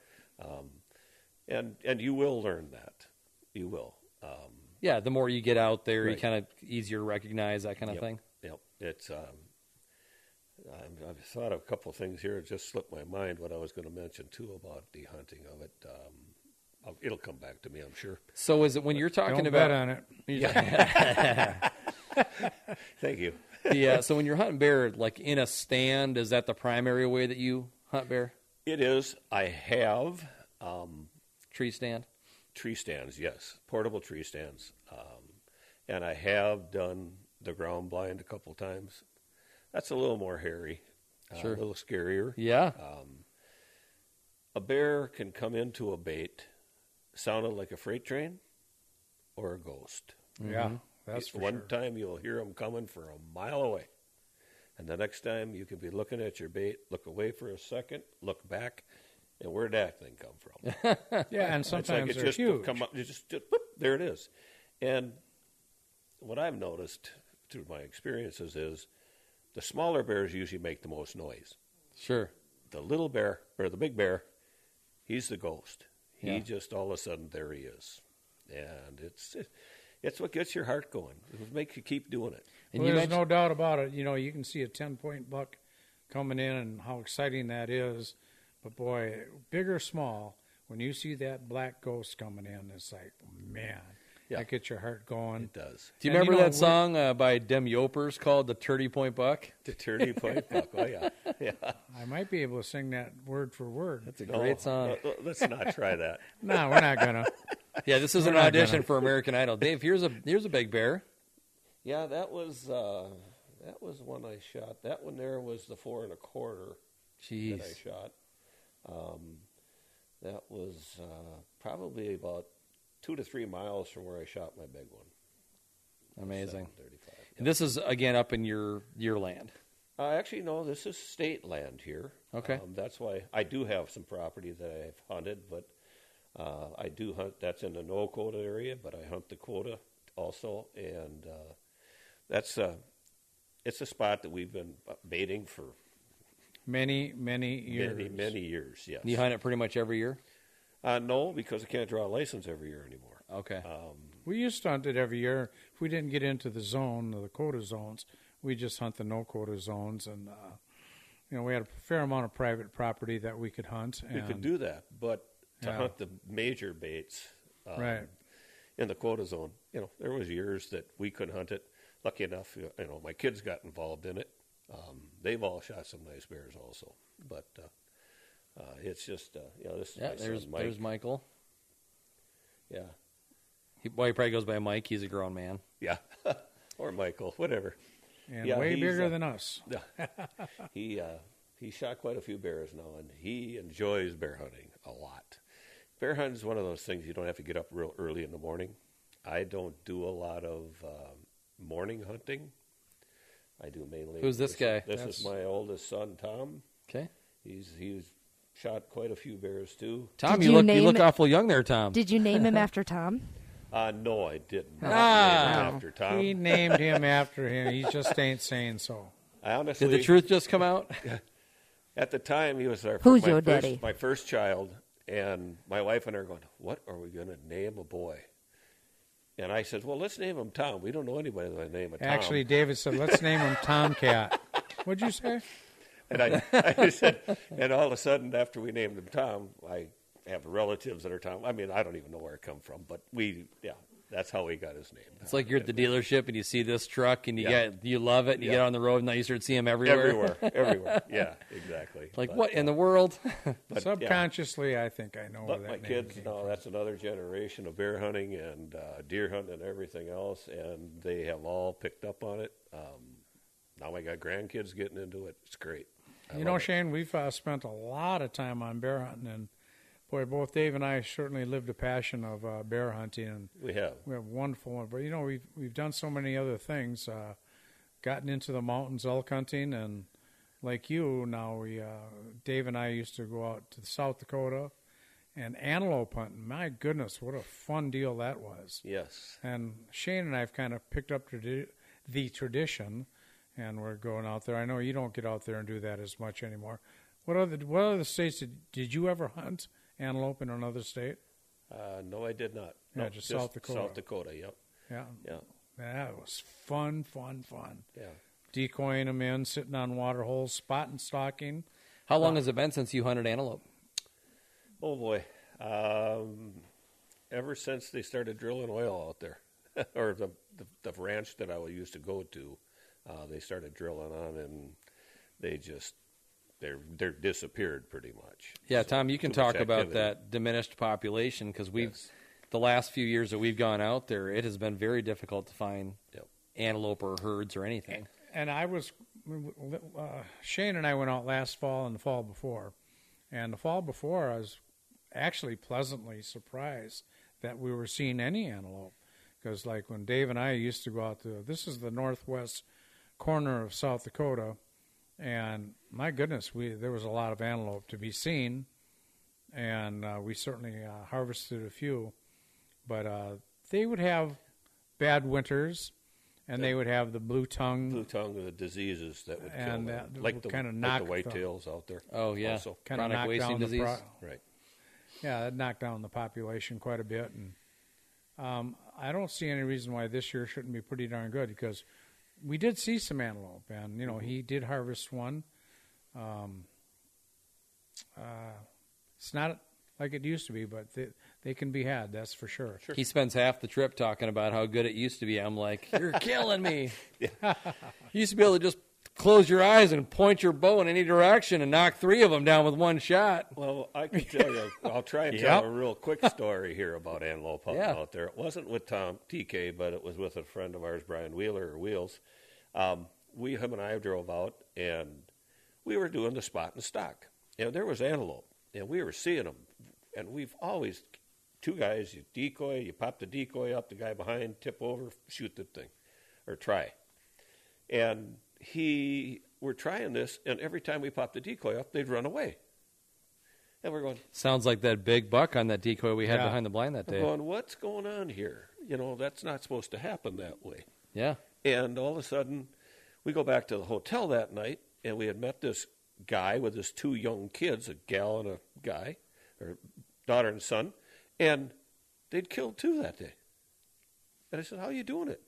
and and you will learn that. You will. Um, Yeah. The more you get out there, you Right. kind of easier to recognize that kind of yep, thing. Yep. It's. Um, I've, I've thought of a couple of things here. It just slipped my mind what I was going to mention too about the hunting of it. Um, I'll- it'll come back to me, I'm sure. So is it when you're talking Don't about bet on it. Thank you. yeah? uh, So when you're hunting bear, like in a stand, is that the primary way that you hunt bear? It is. I have um, Tree stand. tree stands. Yes, portable tree stands. Um, and I have done the ground blind a couple times. That's a little more hairy, uh, Sure. a little scarier. Yeah. a bear can come into a bait sounded like a freight train or a ghost. Yeah, that's for Mm-hmm. One sure. time you'll hear them coming from a mile away. And the next time you can be looking at your bait, look away for a second, look back, and where'd that thing come from? Yeah, and It's like sometimes it they're just huge. come up, it just, just whoop, there it is. And what I've noticed through my experiences is the smaller bears usually make the most noise. sure. the little bear or the big bear, he's the ghost. He Yeah. just all of a sudden there he is, and it's it's what gets your heart going. It makes you keep doing it. And well, you there's mentioned no doubt about it. You know, you can see a 10 point buck coming in and how exciting that is. But boy, big or small, when you see that black ghost coming in, it's like, man, Yeah. that gets your heart going. It does. Do you And you remember know, that we- song uh, by Dem Yopers called "The Turdy Point Buck"? The turning point buck. Oh yeah, yeah. I might be able to sing that word for word. It's a great song. No, oh, let's not try that. no, we're not going to. Yeah, this is an not audition gonna- for American Idol. Dave, here's a here's a big bear. Yeah, that was uh, that was one I shot. That one there was the four and a quarter Jeez, that I shot. Um, that was uh, probably about two to three miles from where I shot my big one. amazing. 735. And this is again up in your your land. Uh, actually, no. This is state land here. Okay. Um, that's why I do have some property that I've hunted, but uh, I do hunt. That's in the no quota area, but I hunt the quota also, and uh, that's uh, it's a spot that we've been uh, baiting for Many, many years. many, many years. Yes. You hunt it pretty much every year. Uh, no, because I can't draw a license every year anymore. Okay. Uh, We used to hunt it every year. If we didn't get into the zone, the quota zones, we just hunt the no quota zones. And, uh, you know, we had a fair amount of private property that we could hunt. We And, could do that, but to Yeah. hunt the major baits, um, Right. in the quota zone. You know, there was years that we could hunt it. Lucky enough, you know, my kids got involved in it. Um, they've all shot some nice bears also, but uh, uh, it's just uh, you know this is Yeah, my son, there's Mike. there's Michael. yeah He, well, he probably goes by Mike. He's a grown man. yeah or Michael whatever and Yeah, way he's, bigger uh, than us. he uh, he shot quite a few bears now, and he enjoys bear hunting a lot. Bear hunting is one of those things you don't have to get up real early in the morning. I don't do a lot of um morning hunting. I do mainly. Who's this guy? This That's- is my oldest son, Tom. Okay, He's he's shot quite a few bears too. Tom, Did you, you look you name look it- awful young there, Tom. Did you name him after Tom? Uh, no, I didn't. Ah. after Tom, He named him after him. He just ain't saying so. I honestly Did the truth just come out? At the time, he was our Who's my your first, daddy? My first child, and my wife and I are going, "What are we going to name a boy?" And I said, "Well, let's name him Tom. We don't know anybody by the name of Tom." Actually, David said, "Let's name him Tomcat." What'd you say? and I, I said, and all of a sudden, after we named him Tom, I have relatives that are Tom. I mean, I don't even know where it come from, but we, yeah, that's how he got his name. It's like you're at the dealership and you see this truck and you Yeah. get you love it and you Yeah. get on the road and now you start seeing them everywhere. everywhere, everywhere. Yeah, exactly. Like But, uh, what in the world? but, yeah. Subconsciously, I think I know where But Oh, that my name kids came know from. that's another generation of bear hunting and uh, deer hunting and everything else, and they have all picked up on it. Um, now I got grandkids getting into it. It's great. I You know, love it. Shane, we've uh, spent a lot of time on bear hunting, and boy, both Dave and I certainly lived a passion of uh, bear hunting, and we have. we have wonderful one. But you know, we've we've done so many other things, uh, gotten into the mountains elk hunting, and like you, now we uh, Dave and I used to go out to South Dakota and antelope hunting. My goodness, what a fun deal that was! Yes. And Shane and I have kind of picked up tradi- the tradition, and we're going out there. I know you don't get out there and do that as much anymore. What other what other states did, did you ever hunt antelope in another state? Uh, no, I did not. Yeah, no, just South Dakota. South Dakota. Yep. Yeah, Yeah. that was fun, fun, fun. Yeah. Decoying them in, sitting on water holes, spotting stalking. How uh, long has it been since you hunted antelope? Oh boy. Um, ever since they started drilling oil out there, or the, the the ranch that I used to go to, uh, they started drilling on, and they just they're they're disappeared pretty much. Yeah, So, Tom, you can too much talk about activity. that diminished population because we've Yes. the last few years that we've gone out there, it has been very difficult to find Yep. antelope or herds or anything. and I was uh, Shane and I went out last fall and the fall before, and the fall before I was actually pleasantly surprised that we were seeing any antelope because like when Dave and I used to go out to this is the northwest corner of South Dakota, and my goodness, we there was a lot of antelope to be seen, and uh, we certainly uh, harvested a few, but uh, they would have bad winters. And they would have the blue tongue Blue tongue of the diseases that would Hmm. And kill that them, like the kinda like knocked the white the- tails out there. Oh yeah, also. kind of chronic knocked wasting down disease. The pro- right. yeah, that knocked down the population quite a bit, and um, I don't see any reason why this year shouldn't be pretty darn good because we did see some antelope, and you know Mm-hmm. he did harvest one. Um, uh, it's not like it used to be, but they, they can be had. That's for sure. Sure. He spends half the trip talking about how good it used to be. I'm like, you're killing me. you used to be able to just close your eyes and point your bow in any direction and knock three of them down with one shot. Well, I can tell you. I'll try and Yep. tell a real quick story here about antelope hunting Yeah. out there. It wasn't with Tom TK, but it was with a friend of ours, Brian Wheeler or Wheels. Um, we, him, and I drove out, and we were doing the spot and stock, and there was antelope, and we were seeing them, and we've always two guys. You decoy, you pop the decoy up, the guy behind tip over, shoot the thing, or try and he we're trying this and every time we popped the decoy up they'd run away and we're going Sounds like that big buck on that decoy we had Yeah. behind the blind that we're day. going what's going on here you know that's not supposed to happen that way Yeah. and all of a sudden we go back to the hotel that night and we had met this guy with his two young kids a gal and a guy or daughter and son and they'd killed two that day and i said how are you doing it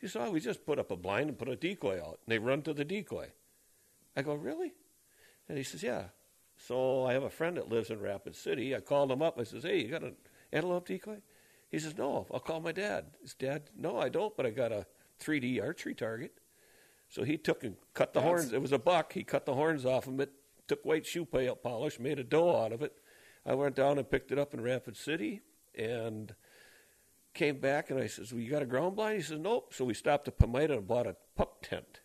he said oh, we just put up a blind and put a decoy out and they run to the decoy I go, really? And he says, yeah. So I have a friend that lives in Rapid City. I called him up. I says, hey, you got an antelope decoy? He says, no, I'll call my dad. His dad, no, I don't, but I got a 3D archery target. So he took and cut the horns. It was a buck. He cut the horns off of it, took white shoe pa- polish, made a dough out of it. I went down and picked it up in Rapid City and came back and I says, Well, you got a ground blind? He says, Nope. So we stopped at Pomita and bought a pup tent.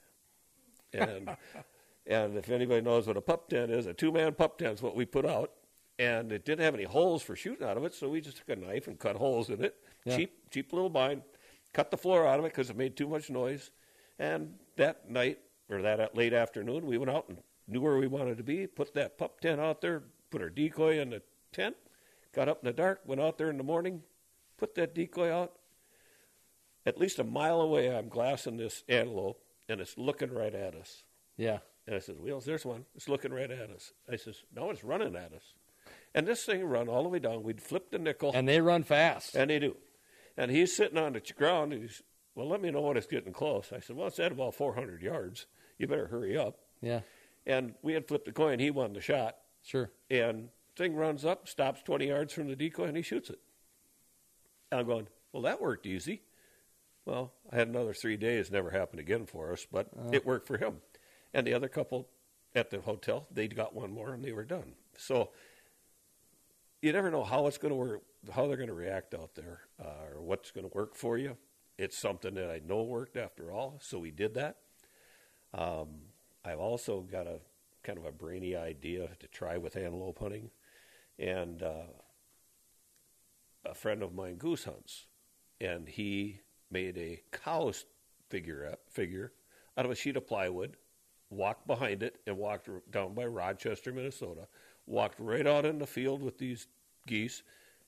And and if anybody knows what a pup tent is, a two man pup tent is what we put out. And it didn't have any holes for shooting out of it, so we just took a knife and cut holes in it. Yeah. Cheap, cheap little bind. Cut the floor out of it because it made too much noise. And that night, or that late afternoon, we went out and knew where we wanted to be, put that pup tent out there, put our decoy in the tent, got up in the dark, went out there in the morning, put that decoy out. At least a mile away, I'm glassing this antelope, and it's looking right at us. Yeah. And I says, Wheels, there's one. It's looking right at us. I says, No, it's running at us. And this thing run all the way down. We'd flip the nickel, and, And they run fast. they do. And he's sitting on the ch- ground. And he's, Well, let me know when it's getting close. I said, Well, it's at about 400 yards. You better hurry up. yeah. And we had flipped the coin. He won the shot. Sure. And thing runs up, stops 20 yards from the decoy, and he shoots it. And I'm going, Well, that worked easy. Well, I had another three days, never happened again for us, but it worked for him. And the other couple at the hotel, they got one more and they were done. So you never know how it's going to work, how they're going to react out there, uh, or what's going to work for you. It's something that I know worked after all, so we did that. Um, I've also got a kind of a brainy idea to try with antelope hunting, and uh, a friend of mine goose hunts, and he made a cow's figure figure out of a sheet of plywood, walked behind it, and walked r- down by Rochester, Minnesota, walked right out in the field with these geese,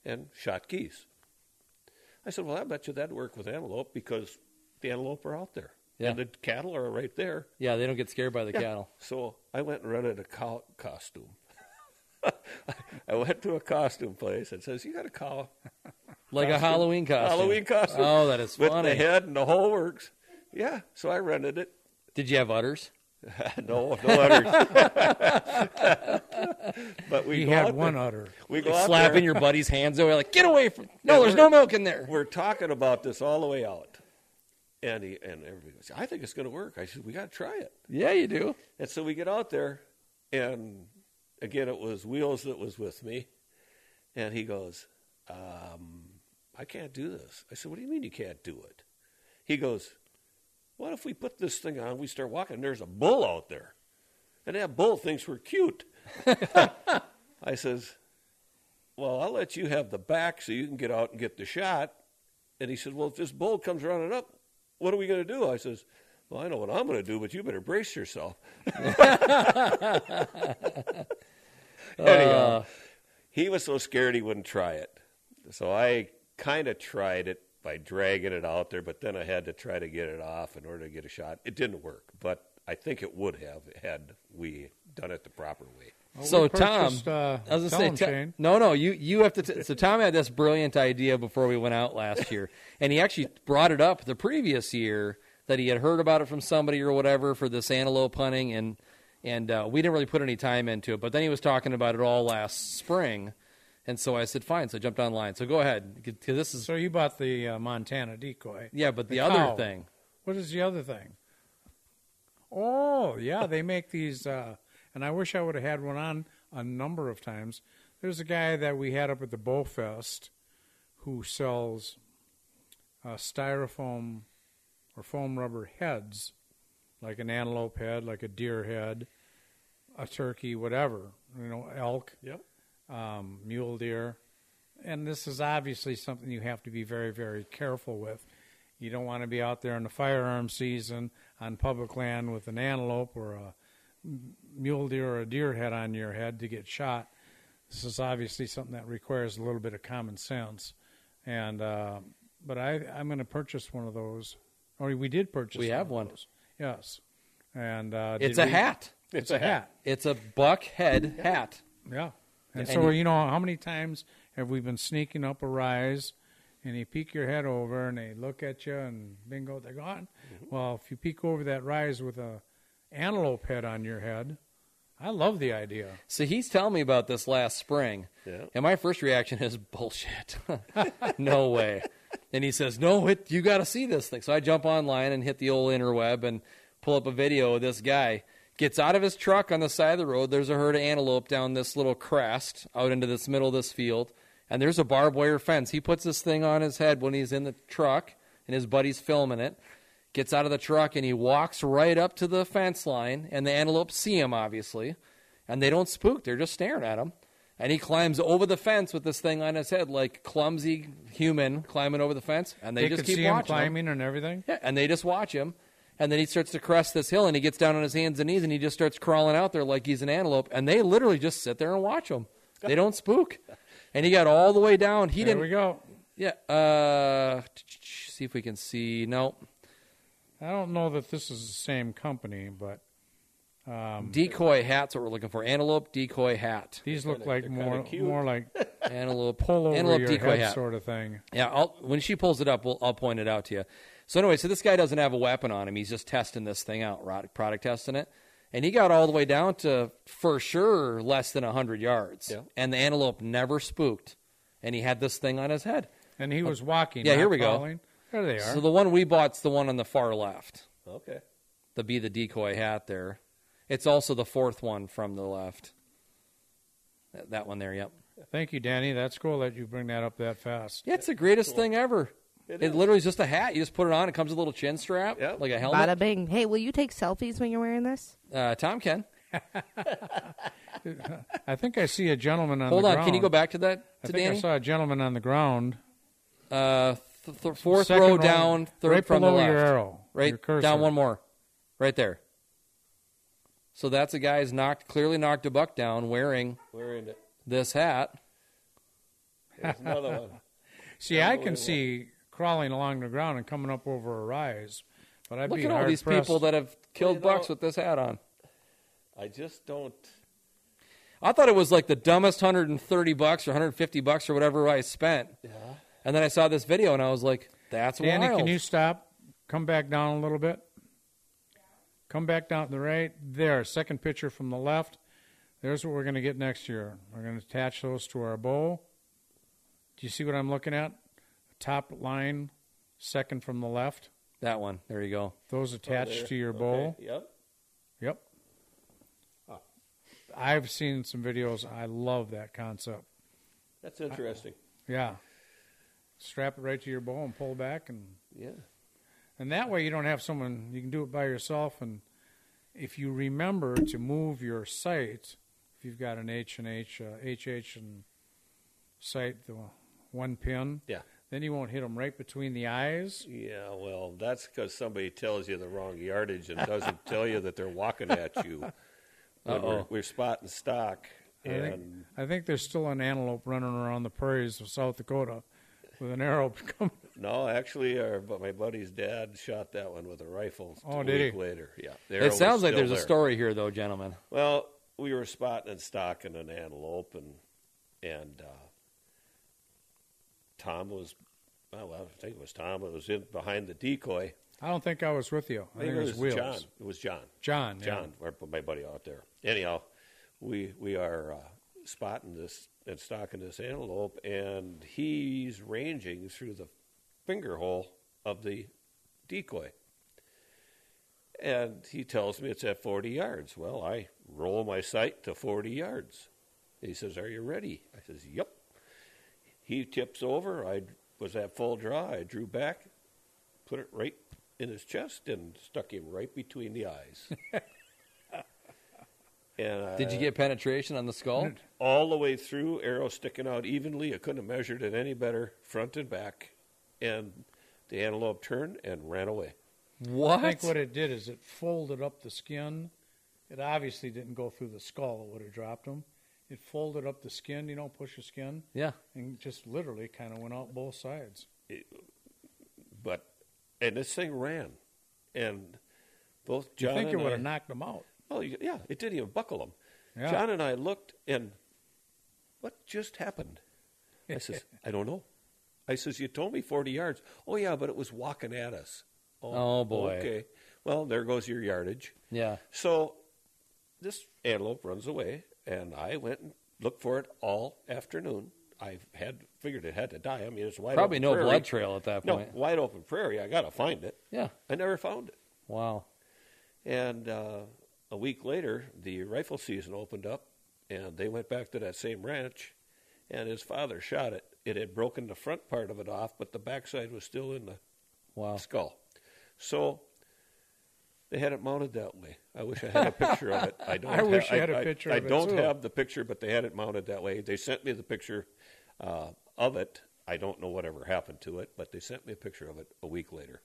and shot geese. I said, "Well, I bet you that'd work with antelope because the antelope are out there, Yeah. and the cattle are right there." Yeah, they don't get scared by the cattle. So I went and rented a cow costume. I went to a costume place and says, "You got a cow Like a Halloween costume. Halloween costume? Oh, that is with funny. the head and the whole works?" Yeah. So I rented it. Did you have udders? no, no udders. but we He go had out one there- udder. We go Like out slapping there. your buddy's hands away, like, get away from No, Yeah, there's no we're- milk in there. We're talking about this all the way out, and he and everybody goes, "I think it's going to work." I said, "We got to try it." Yeah, you do. And so we get out there, and again, it was Wheels that was with me. And he goes, um, I can't do this. I said, What do you mean you can't do it? He goes, What if we put this thing on, we start walking, and there's a bull out there? And that bull thinks we're cute. I says, Well, I'll let you have the back so you can get out and get the shot. And he said, Well, if this bull comes running up, what are we going to do? I says, Well, I know what I'm going to do, but you better brace yourself. Anyhow, he was so scared he wouldn't try it. So I kind of tried it by dragging it out there, but then I had to try to get it off in order to get a shot. It didn't work, but I think it would have had we done it the proper way. Well, so Oh, we Tom, purchased, uh, I was tell gonna him, say, Ta- Shane. no, no, you you have to. T- so Tom had this brilliant idea before we went out last year, and he actually brought it up the previous year that he had heard about it from somebody or whatever for this antelope hunting, and and uh, we didn't really put any time into it. But then he was talking about it all last spring, and so I said, fine. So I jumped online. So go ahead, 'cause this is So you bought the uh, Montana decoy. yeah. But the, The other cow. thing, What is the other thing? Oh, yeah, they make these, uh, and I wish I would have had one on a number of times. There's a guy that we had up at the Bowfest who sells uh, styrofoam or foam rubber heads, like an antelope head, like a deer head, a turkey, whatever, you know, elk Yep. um, mule deer. And this is obviously something you have to be very, very careful with. You don't want to be out there in the firearm season on public land with an antelope or a m- mule deer or a deer head on your head to get shot. This is obviously something that requires a little bit of common sense. And uh, but I, I'm going to purchase one of those. Or we did purchase. We have of one. those. Yes. And uh, it's did a we- hat. It's a hat. It's a buck head hat. Yeah. And Yeah. so, And you know, how many times have we been sneaking up a rise and you peek your head over and they look at you and bingo, they're gone? Mm-hmm. Well, if you peek over that rise with a antelope head on your head, I love the idea. So he's telling me about this last spring. Yeah. And my first reaction is bullshit. no way. And he says, "No, it, you got to see this thing." So I jump online and hit the old interweb and pull up a video of this guy gets out of his truck on the side of the road. There's a herd of antelope down this little crest out into this middle of this field, and there's a barbed wire fence. He puts this thing on his head when he's in the truck, and his buddy's filming it. Gets out of the truck and he walks right up to the fence line, and the antelope see him obviously, and they don't spook. They're just staring at him. And he climbs over the fence with this thing on his head, like clumsy human climbing over the fence, and they, They, just could keep see him watching. him. climbing and everything. Yeah, and they just watch him. And then he starts to crest this hill, and he gets down on his hands and knees, and he just starts crawling out there like he's an antelope. And they literally just sit there and watch him. They don't spook. And he got all the way down. He there didn't. we go. Yeah. Uh, see if we can see. No. I don't know that this is the same company, but Decoy hats. What we're looking for. Antelope decoy hat. these look like kinda more cute. more like Antelope. pull over antelope your decoy head hat. sort of thing. Yeah, I'll, when she pulls it up, we'll, I'll point it out to you. So anyway, so this guy doesn't have a weapon on him. He's just testing this thing out, rod- product testing it, and he got all the way down to for sure less than hundred yards. Yeah. And the antelope never spooked, and he had this thing on his head. And he was walking. Oh. Yeah, not here we go. crawling. There they are. So the one we bought's the one on the far left, Okay. the be the decoy hat there. It's also the fourth one from the left. That, that one there, yep. Thank you, Danny. That's cool that you bring that up that fast. Yeah, it's the greatest thing ever. It, It is. literally is just a hat. You just put it on. It comes with a little chin strap, Yeah. like a helmet. Bada bing. Hey, will you take selfies when you're wearing this? Uh, Tom can. I think I see a gentleman on Hold the on, ground. can you go back to that I to think I Danny? saw a gentleman on the ground. uh, th- th- fourth Second row down, third right from the below left, your arrow, right your cursor. down one more, right there. So that's a guy who's knocked clearly knocked a buck down wearing We're in it. this hat. There's another one. See, I can see crawling along the ground and coming up over a rise, but I'd Look be at all hard these pressed. people that have killed you know- bucks with this hat on. I just don't. I thought it was like the dumbest 130 bucks or 150 bucks or whatever I spent. Yeah. And then I saw this video and I was like, "That's Danny, wild." can you stop? Come back down a little bit. Come back down to the right. There, second picture from the left. There's what we're going to get next year. We're going to attach those to our bowl. Do you see what I'm looking at? Top line, second from the left. that one. Oh, There you go. Those attached there. to your Okay, bowl. Yep. Yep. Ah. I've seen some videos. I love that concept. That's interesting. Yeah. Strap it right to your bowl and pull back and Yeah. and that way you don't have someone you can do it by yourself and if you remember to move your sight, if you've got an H and H uh, HH and sight the one pin, Yeah. then you won't hit them right between the eyes. Yeah, well, that's because somebody tells you the wrong yardage and doesn't tell you that they're walking at you. When we're, Uh-oh. we're spotting stock, I think, and I think there's still an antelope running around the prairies of South Dakota with an arrow coming. no, actually, our, but my buddy's dad shot that one with a rifle. Oh, a did week he? Later, yeah. the arrow It was sounds like still there's a there. story here, though, gentlemen. Well, we were spotting and stalking an antelope, and and uh, Tom was, oh, well, I think it was Tom. It was in behind the decoy. I don't think I was with you. I think Maybe it was Wheels. John. It was John. John. yeah. John, or my buddy out there. Anyhow, we we are uh, spotting this and stalking this antelope, and he's ranging through the finger hole of the decoy. And he tells me it's at 40 yards. Well, I roll my sight to 40 yards. He says, Are you ready? I says, Yep. He tips over. I was at full draw. I drew back, put it right in his chest, and stuck him right between the eyes. and uh, Did you get penetration on the skull? all the way through, arrow sticking out evenly. I couldn't have measured it any better, front and back. And the antelope turned and ran away. What? I think what it did is it folded up the skin. It obviously didn't go through the skull; it would have dropped him. It folded up the skin, you know, push the skin, yeah. and just literally kind of went out both sides. But and this thing ran, and both Do John you think it and would I, have knocked him out? Oh y- yeah, it didn't even buckle him. Yeah. John and I looked, and what just happened? I says, I don't know. I says, you told me forty yards. Oh yeah, but it was walking at us. Oh, boy. Okay. Well, there goes your yardage. Yeah. So this antelope runs away, and I went and looked for it all afternoon. I had figured it had to die. I mean, it's wide Probably open no prairie. blood trail at that No, point. wide open prairie. I got to find it. Yeah. I never found it. Wow. And uh, a week later, the rifle season opened up, and they went back to that same ranch, and his father shot it. It had broken the front part of it off, but the backside was still in the Wow. skull. So they had it mounted that way. I wish I had a picture of it. I don't. I ha- wish I had a a picture I, of it, don't too. have the picture, but they had it mounted that way. They sent me the picture uh, of it. I don't know whatever happened to it, but they sent me a picture of it a week later.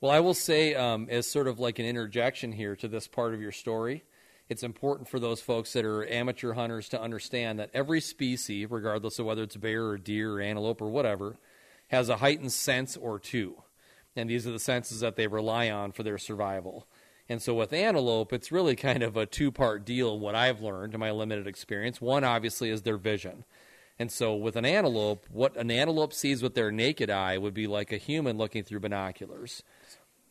Well, I will say, um, as sort of like an interjection here to this part of your story, it's important for those folks that are amateur hunters to understand that every species, regardless of whether it's bear or deer or antelope or whatever, has a heightened sense or two. And these are the senses that they rely on for their survival. And so with antelope, it's really kind of a two part deal, what I've learned in my limited experience. One, obviously, is their vision. And so, with an antelope, what an antelope sees with their naked eye would be like a human looking through binoculars.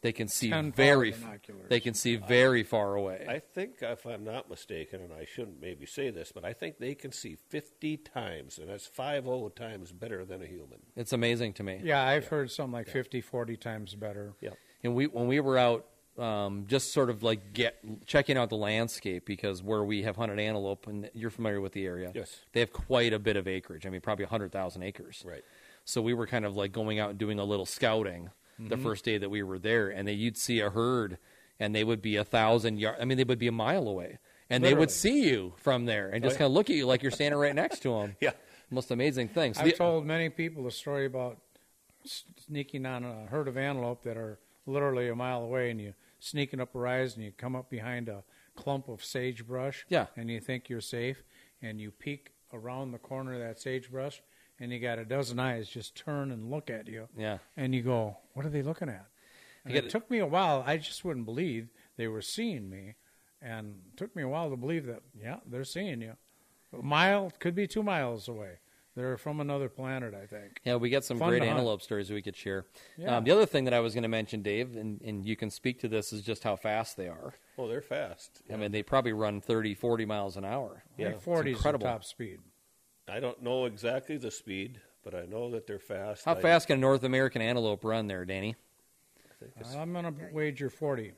They can see Ten power very. binoculars. They can see very far away. I think, if I'm not mistaken, and I shouldn't maybe say this, but I think they can see 50 times, and that's 50 times better than a human. it's amazing to me. Yeah, I've heard something like fifty, forty 50, 40 times better. Yep. and we when we were out um, just sort of like get checking out the landscape because where we have hunted antelope and you're familiar with the area Yes. they have quite a bit of acreage i mean probably 100000 acres Right. so we were kind of like going out and doing a little scouting the Mm-hmm. first day that we were there and then you'd see a herd and they would be a thousand yard i mean they would be a mile away and they Literally. Oh, would see you from there and just yeah. kind of look at you like you're standing right next to them Yeah. most amazing thing So I've the- told many people the story about sneaking on a herd of antelope that are literally a mile away, and you sneaking up a rise, and you come up behind a clump of sagebrush, Yeah. and you think you're safe, and you peek around the corner of that sagebrush, and you got a dozen eyes just turn and look at you, yeah and you go, "What are they looking at?" And I it get- took me a while. I just wouldn't believe they were seeing me, and it took me a while to believe that. Yeah, they're seeing you. A mile could be two miles away. They're from another planet, I think. Yeah, we got some Fun great to hunt. antelope stories we could share. Yeah. Um, the other thing that I was going to mention, Dave, and, and you can speak to this, is just how fast they are. Well, Oh, they're fast. I mean, they probably run 30, 40 miles an hour. Yeah, Yeah, it's forties is the incredible. top speed. I don't know exactly the speed, but I know that they're fast. How I- fast can a North American antelope run there, Danny? I think it's- I'm gonna wager forty.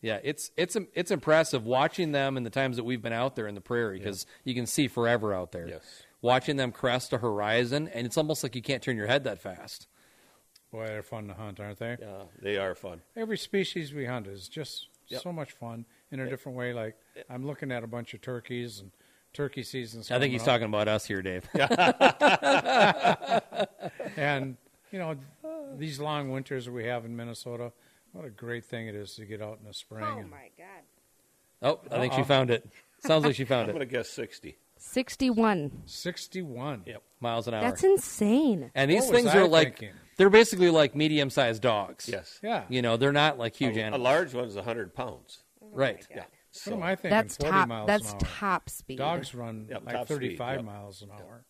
Yeah, it's it's it's impressive watching them in the times that we've been out there in the prairie because you can see forever out there. Yes. Watching them crest a horizon, and it's almost like you can't turn your head that fast. Boy, they're fun to hunt, aren't they? yeah, they are fun. Every species we hunt is just Yep. so much fun in a different way. Like I'm looking at a bunch of turkeys and turkey seasons. I think he's talking about us here, Dave. and you know these long winters we have in Minnesota. What a great thing it is to get out in the spring. Oh and- my god. oh, I think she Uh-oh. found it. Sounds like she I'm found going it. to guess 60. 61. 61. Yep. Miles an hour. That's insane. And these What was things I are like thinking? they're basically like medium sized dogs. Yes. Yeah. You know, they're not like huge a, animals. A large one's 100 pounds. right. Yeah. So, What am I thinking? That's 40 top miles that's an hour. top speed. Dogs run Yep, like top speed, 35 yep. miles an hour.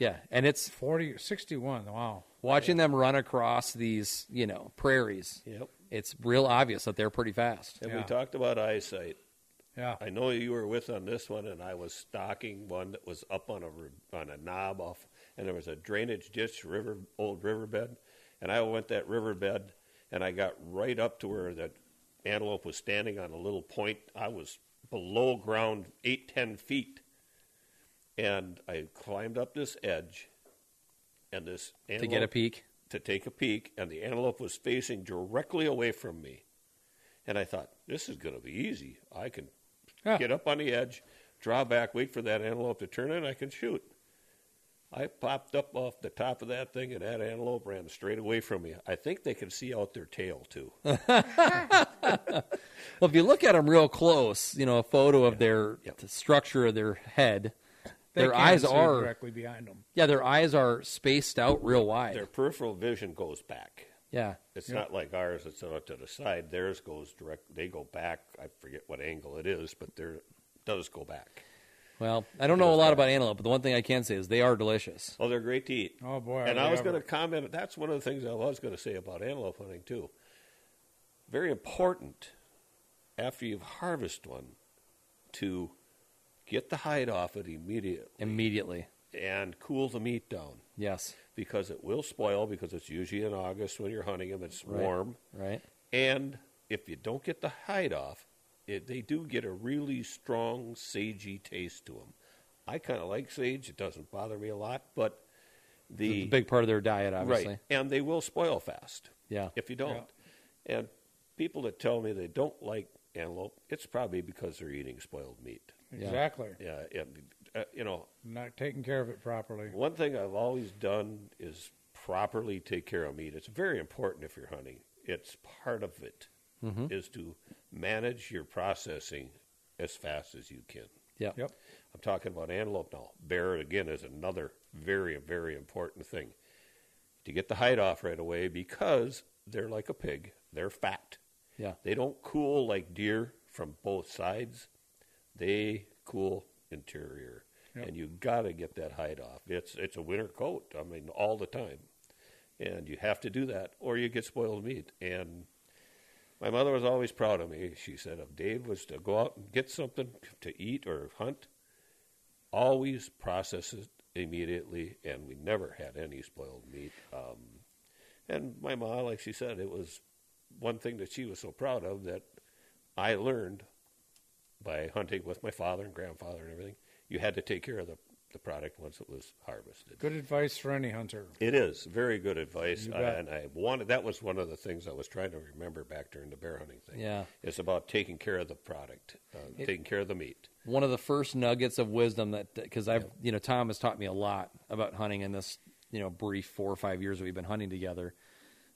Yeah. And it's 40, 61. Wow. watching them run across these, you know, prairies. Yep. It's real obvious that they're pretty fast. And we Yeah. talked about eyesight. Yeah. I know you were with on this one, and I was stalking one that was up on a r- on a knob off, and there was a drainage ditch, river, old riverbed, and I went that riverbed, and I got right up to where that antelope was standing on a little point. I was below ground, eight ten feet, and I climbed up this edge, and this To antelope get a peek. to take a peek, and the antelope was facing directly away from me. And I thought, this is going to be easy. I can Yeah. get up on the edge, draw back, wait for that antelope to turn, and I can shoot. I popped up off the top of that thing, and that antelope ran straight away from me. I think they can see out their tail, too. Well, if you look at them real close, you know, a photo of their Yep. the structure of their head, They their can't eyes see are directly behind them. yeah, their eyes are spaced out real wide. their peripheral vision goes back. yeah. It's not like ours, it's not to the side. Theirs goes direct, they go back. I forget what angle it is, but there does go back. Well, I don't know a lot about antelope, but the one thing I can say is they are delicious. Oh, they're great to eat. Oh, boy, And are I they was ever. going to comment. That's one of the things I was going to say about antelope hunting too. Very important after you've harvested one to get the hide off it immediately Immediately. and cool the meat down Yes. because it will spoil because it's usually in August when you're hunting them. It's Right. warm Right. and if you don't get the hide off, it, they do get a really strong sagey taste to them. I kind of like sage; it doesn't bother me a lot, but It's the a big part of their diet, obviously. right, and they will spoil fast Yeah. if you don't. And people that tell me they don't like antelope, it's probably because they're eating spoiled meat. Yeah. Exactly. Yeah, and, uh, you know, Not taking care of it properly. one thing I've always done is properly take care of meat. It's very important if you're hunting. It's part of it is Mm-hmm. to manage your processing as fast as you can. Yeah. Yep. I'm talking about antelope now. Bear again is another very very important thing to get the hide off right away because they're like a pig. They're fat. Yeah. They don't cool like deer from both sides. They cool interior, Yep. and you got to get that hide off. It's it's a winter coat. I mean, all the time, and you have to do that, or you get spoiled meat. And my mother was always proud of me. She said if Dave was to go out and get something to eat or hunt, always process it immediately, and we never had any spoiled meat. Um, and my ma, like she said, it was one thing that she was so proud of that I learned by hunting with my father and grandfather and everything. You had to take care of the, the product once it was harvested. Good advice for any hunter. It is very good advice, You I, bet. and I wanted that was one of the things I was trying to remember back during the bear hunting thing. Yeah. it's about taking care of the product, uh, taking care of the meat. one of the first nuggets of wisdom that because I've you know Tom has taught me a lot about hunting in this you know brief four or five years that we've been hunting together.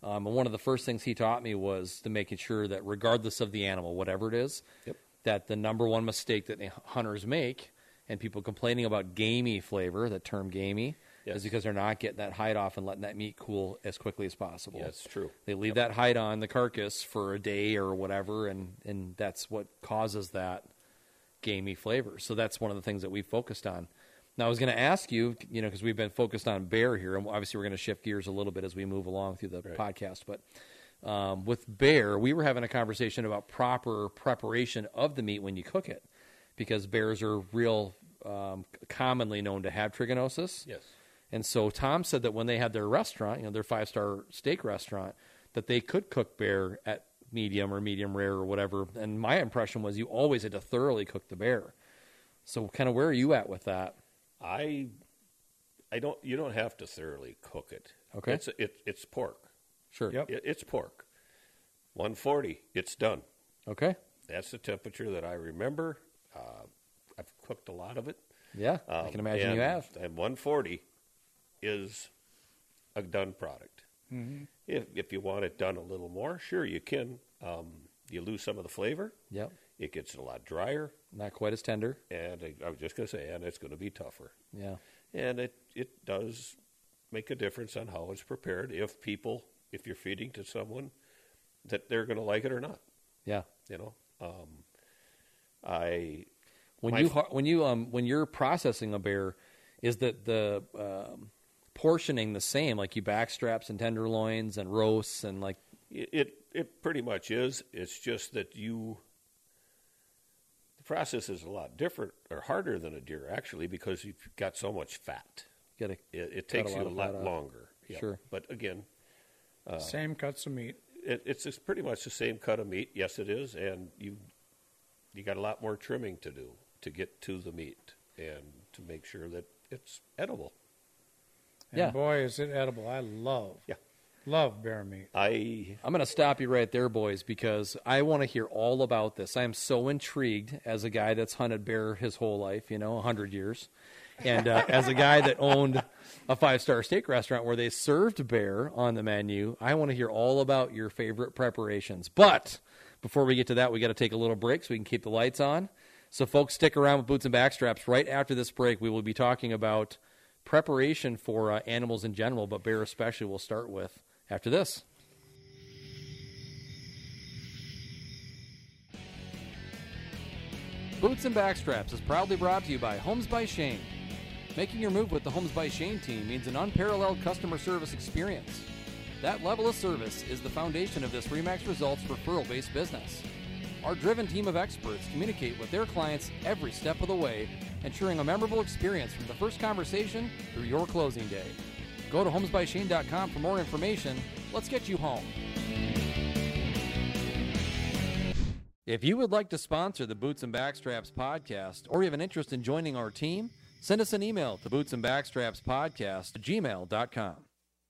Um, and one of the first things he taught me was to making sure that regardless of the animal, whatever it is, Yep. that the number one mistake that hunters make and people complaining about gamey flavor, the term gamey, Yes. is because they're not getting that hide off and letting that meat cool as quickly as possible. Yeah, it's true. They leave that hide on the carcass for a day or whatever, and, and that's what causes that gamey flavor. So that's one of the things that we focused on. Now, I was going to ask you, you know, because we've been focused on bear here, and obviously we're going to shift gears a little bit as we move along through the Right. podcast. But um, with bear, we were having a conversation about proper preparation of the meat when you cook it, because bears are real um, commonly known to have trichinosis. Yes, And so Tom said that when they had their restaurant, you know, their five star steak restaurant, that they could cook bear at medium or medium rare or whatever. And my impression was you always had to thoroughly cook the bear. So kind of where are you at with that? I, I don't. You don't have to thoroughly cook it. Okay. it's it, it's pork. Sure. Yep. It, it's pork. One forty. It's done. Okay. That's the temperature that I remember. Uh, I've cooked a lot of it. Yeah. I can Um, imagine you and- have. And 140 is a done product. Mm-hmm. If if you want it done a little more, sure you can. Um, you lose some of the flavor. Yep. It gets a lot drier, Not quite as tender. and I, I was just going to say, and it's going to be tougher. Yeah. And it it does make a difference on how it's prepared. If people, if you're feeding to someone, that they're going to like it or not. Yeah. You know, um, I When My you f- har when you um when you're processing a bear, is that the um, portioning the same like you backstraps and tenderloins and roasts and like It, it it pretty much is. It's just that you the process is a lot different or harder than a deer actually because you've got so much fat. get a It, it Got a takes lot you a of lot fat off. longer. Sure. But again, Uh. Same cuts of meat. it, it's it's pretty much the same cut of meat. Yes, it is, and you you got a lot more trimming to do to get to the meat and to make sure that it's edible. And Yeah. boy, is it edible. I love, Yeah. love bear meat. I I'm going to stop you right there, boys, because I want to hear all about this. I am so intrigued as a guy that's hunted bear his whole life, you know, 100 years, and uh, as a guy that owned a five star steak restaurant where they served bear on the menu. I want to hear all about your favorite preparations. But before we get to that, we got to take a little break so we can keep the lights on. So, folks, stick around with Boots and Backstraps. Right after this break, we will be talking about preparation for uh, animals in general, but bear especially, we'll start with after this. Boots and Backstraps is proudly brought to you by Homes by Shane. Making your move with the Homes by Shane team means an unparalleled customer service experience. That level of service is the foundation of this REMAX Results referral based business. Our driven team of experts communicate with their clients every step of the way, ensuring a memorable experience from the first conversation through your closing day. Go to homesbyshane.com for more information. Let's get you home. If you would like to sponsor the Boots and Backstraps podcast or you have an interest in joining our team, send us an email to boots and backstraps podcast gmail.com.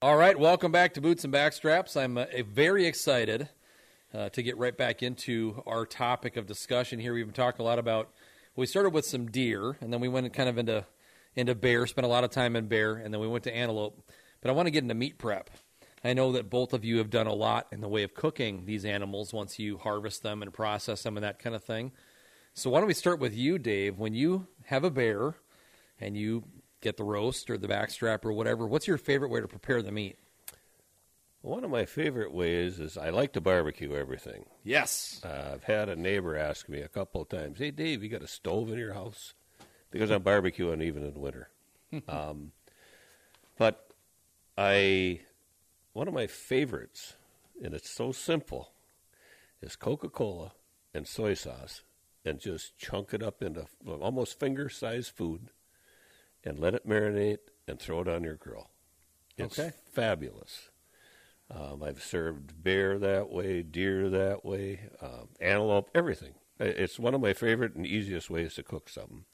All right, welcome back to Boots and Backstraps. I'm uh, very excited uh, to get right back into our topic of discussion here. We've been talking a lot about. We started with some deer, and then we went kind of into into bear. Spent a lot of time in bear, and then we went to antelope. But I want to get into meat prep. I know that both of you have done a lot in the way of cooking these animals once you harvest them and process them and that kind of thing. So why don't we start with you, Dave? When you have a bear and you get the roast or the backstrap or whatever, what's your favorite way to prepare the meat? One of my favorite ways is I like to barbecue everything. Yes. Uh, I've had a neighbor ask me a couple of times, "Hey, Dave, you got a stove in your house?" Because I'm barbecuing even in winter. um, but I, one of my favorites, and it's so simple, is Coca-Cola and soy sauce, and just chunk it up into almost finger-sized food, and let it marinate, and throw it on your grill. It's Okay. fabulous. Um, I've served bear that way, deer that way, um, antelope, everything. I- It's one of my favorite and easiest ways to cook something.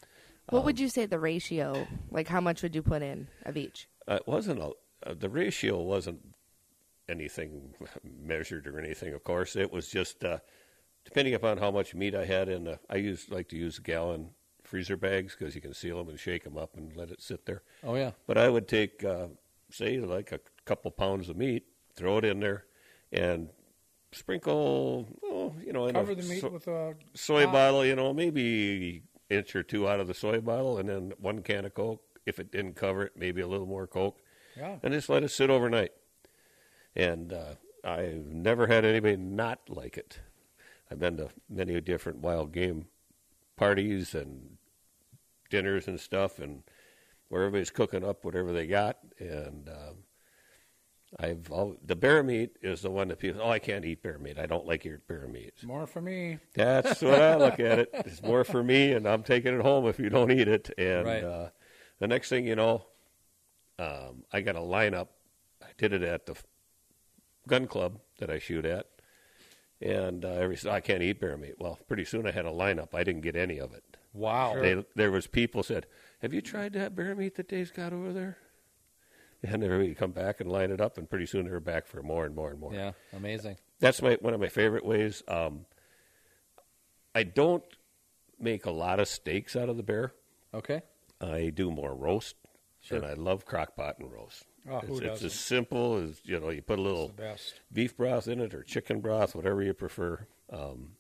What would you say the ratio? Like, how much would you put in of each? Uh, it wasn't a, uh, the ratio wasn't anything measured or anything. Of course, it was just uh, depending upon how much meat I had in. The, I used like to use gallon freezer bags because you can seal them and shake them up and let it sit there. Oh yeah. But I would take, uh, say, like a couple pounds of meat, throw it in there, and sprinkle, oh, you know, in Cover a the meat so- with uh, a soy bottle, you know, maybe inch or two out of the soy bottle, and then one can of Coke. If it didn't cover it, maybe a little more Coke, yeah. and just let it sit overnight. And uh, I've never had anybody not like it. I've been to many different wild game parties and dinners and stuff, and where everybody's cooking up whatever they got. And um, I've al the bear meat is the one that people, oh, I can't eat bear meat. I don't like your bear meat. More for me. That's what I look at it. It's more for me, and I'm taking it home if you don't eat it. And Right. uh, the next thing you know, um, I got a lineup. I did it at the f- gun club that I shoot at, and uh, every so I can't eat bear meat. Well, pretty soon I had a lineup. I didn't get any of it. Wow. They, there was people said, "Have you tried that bear meat that Dave's got over there?" And everybody come back and line it up, and pretty soon they were back for more and more and more Yeah, amazing. that's my one of my favorite ways. Um, I don't make a lot of steaks out of the bear. Okay. I do more roast, Sure. and I love crock pot and roast. Oh, it's, who it's doesn't? as simple as you know. You put a It's little the best. beef broth in it, or chicken broth, whatever you prefer. Um,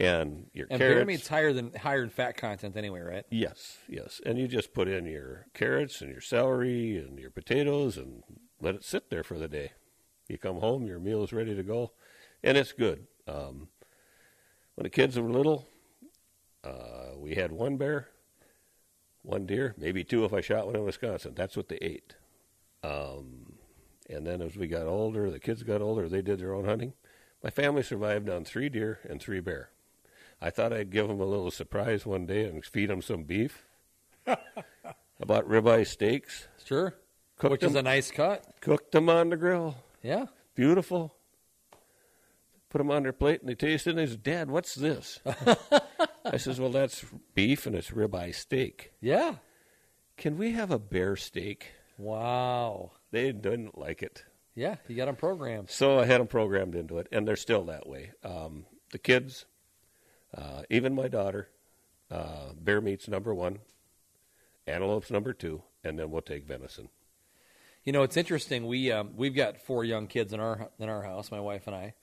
and your And carrots. bear meat's higher than higher in fat content anyway, right? Yes, yes. And you just put in your carrots and your celery and your potatoes and let it sit there for the day. You come home, your meal is ready to go, and it's good. Um, when the kids were little, uh, we had one bear, one deer, maybe two if I shot one in Wisconsin. That's what they ate. Um, and then as we got older, the kids got older, they did their own hunting. My family survived on three deer and three bear. I thought I'd give them a little surprise one day and feed them some beef. I bought ribeye steaks, Sure. Cooked Which is a them. nice cut. cooked them on the grill. Yeah. Beautiful. Put them on their plate and they tasted it. And they said, Dad, what's this? I says, Well, that's beef and it's ribeye steak. Yeah. Can we have a bear steak? Wow. They didn't like it. Yeah, you got them programmed. So I had them programmed into it, and they're still that way. Um, the kids, uh, even my daughter, uh, bear meat's number one, antelope's number two, and then we'll take venison. You know, it's interesting. We um, we've got four young kids in our in our house, my wife and I,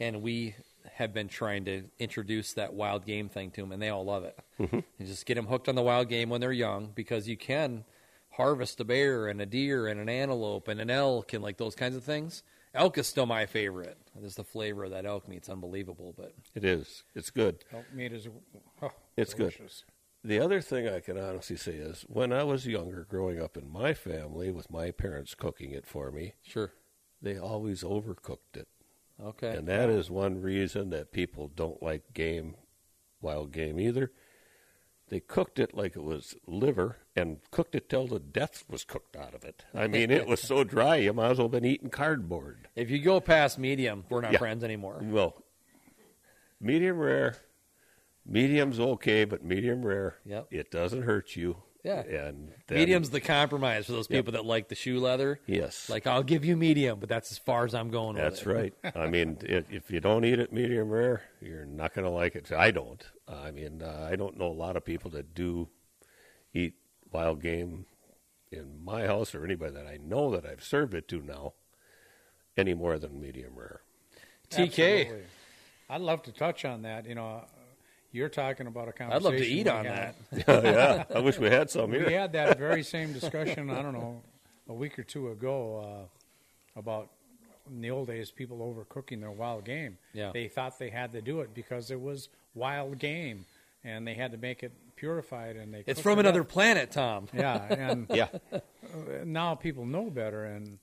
and we have been trying to introduce that wild game thing to them, and they all love it. Mm-hmm. And just get them hooked on the wild game when they're young, because you can harvest a bear and a deer and an antelope and an elk and like those kinds of things. Elk is still my favorite. Just the flavor of that elk meat, it's unbelievable. But It is. It's good. Elk meat is oh, It's good. delicious. The other thing I can honestly say is when I was younger, growing up in my family with my parents cooking it for me, sure, they always overcooked it. okay, And that is one reason that people don't like game, wild game either. They cooked it like it was liver and cooked it till the death was cooked out of it. I mean, it was so dry, you might as well have been eating cardboard. if you go past medium, we're not Yeah. friends anymore. Well, medium rare. Medium's okay, but medium rare. Yep. It doesn't hurt you. Yeah. And then- Medium's the compromise for those people that like the shoe leather. Yes. Like I'll give you medium, but that's as far as I'm going That's with it. right. I mean, if, if you don't eat it medium rare, you're not going to like it. I don't. I mean, uh, I don't know a lot of people that do eat wild game in my house or anybody that I know that I've served it to now any more than medium rare. TK. Absolutely. I'd love to touch on that. You know, you're talking about a I'd conversation. love to eat we on had. that. Oh, yeah, I wish we had some We here. had that very same discussion. I don't know, a week or two ago, uh, about in the old days people overcooking their wild game. Yeah. They thought they had to do it because it was wild game, and they had to make it purified. And they It's cooked from it up. another planet, Tom. Yeah, and Yeah, now people know better and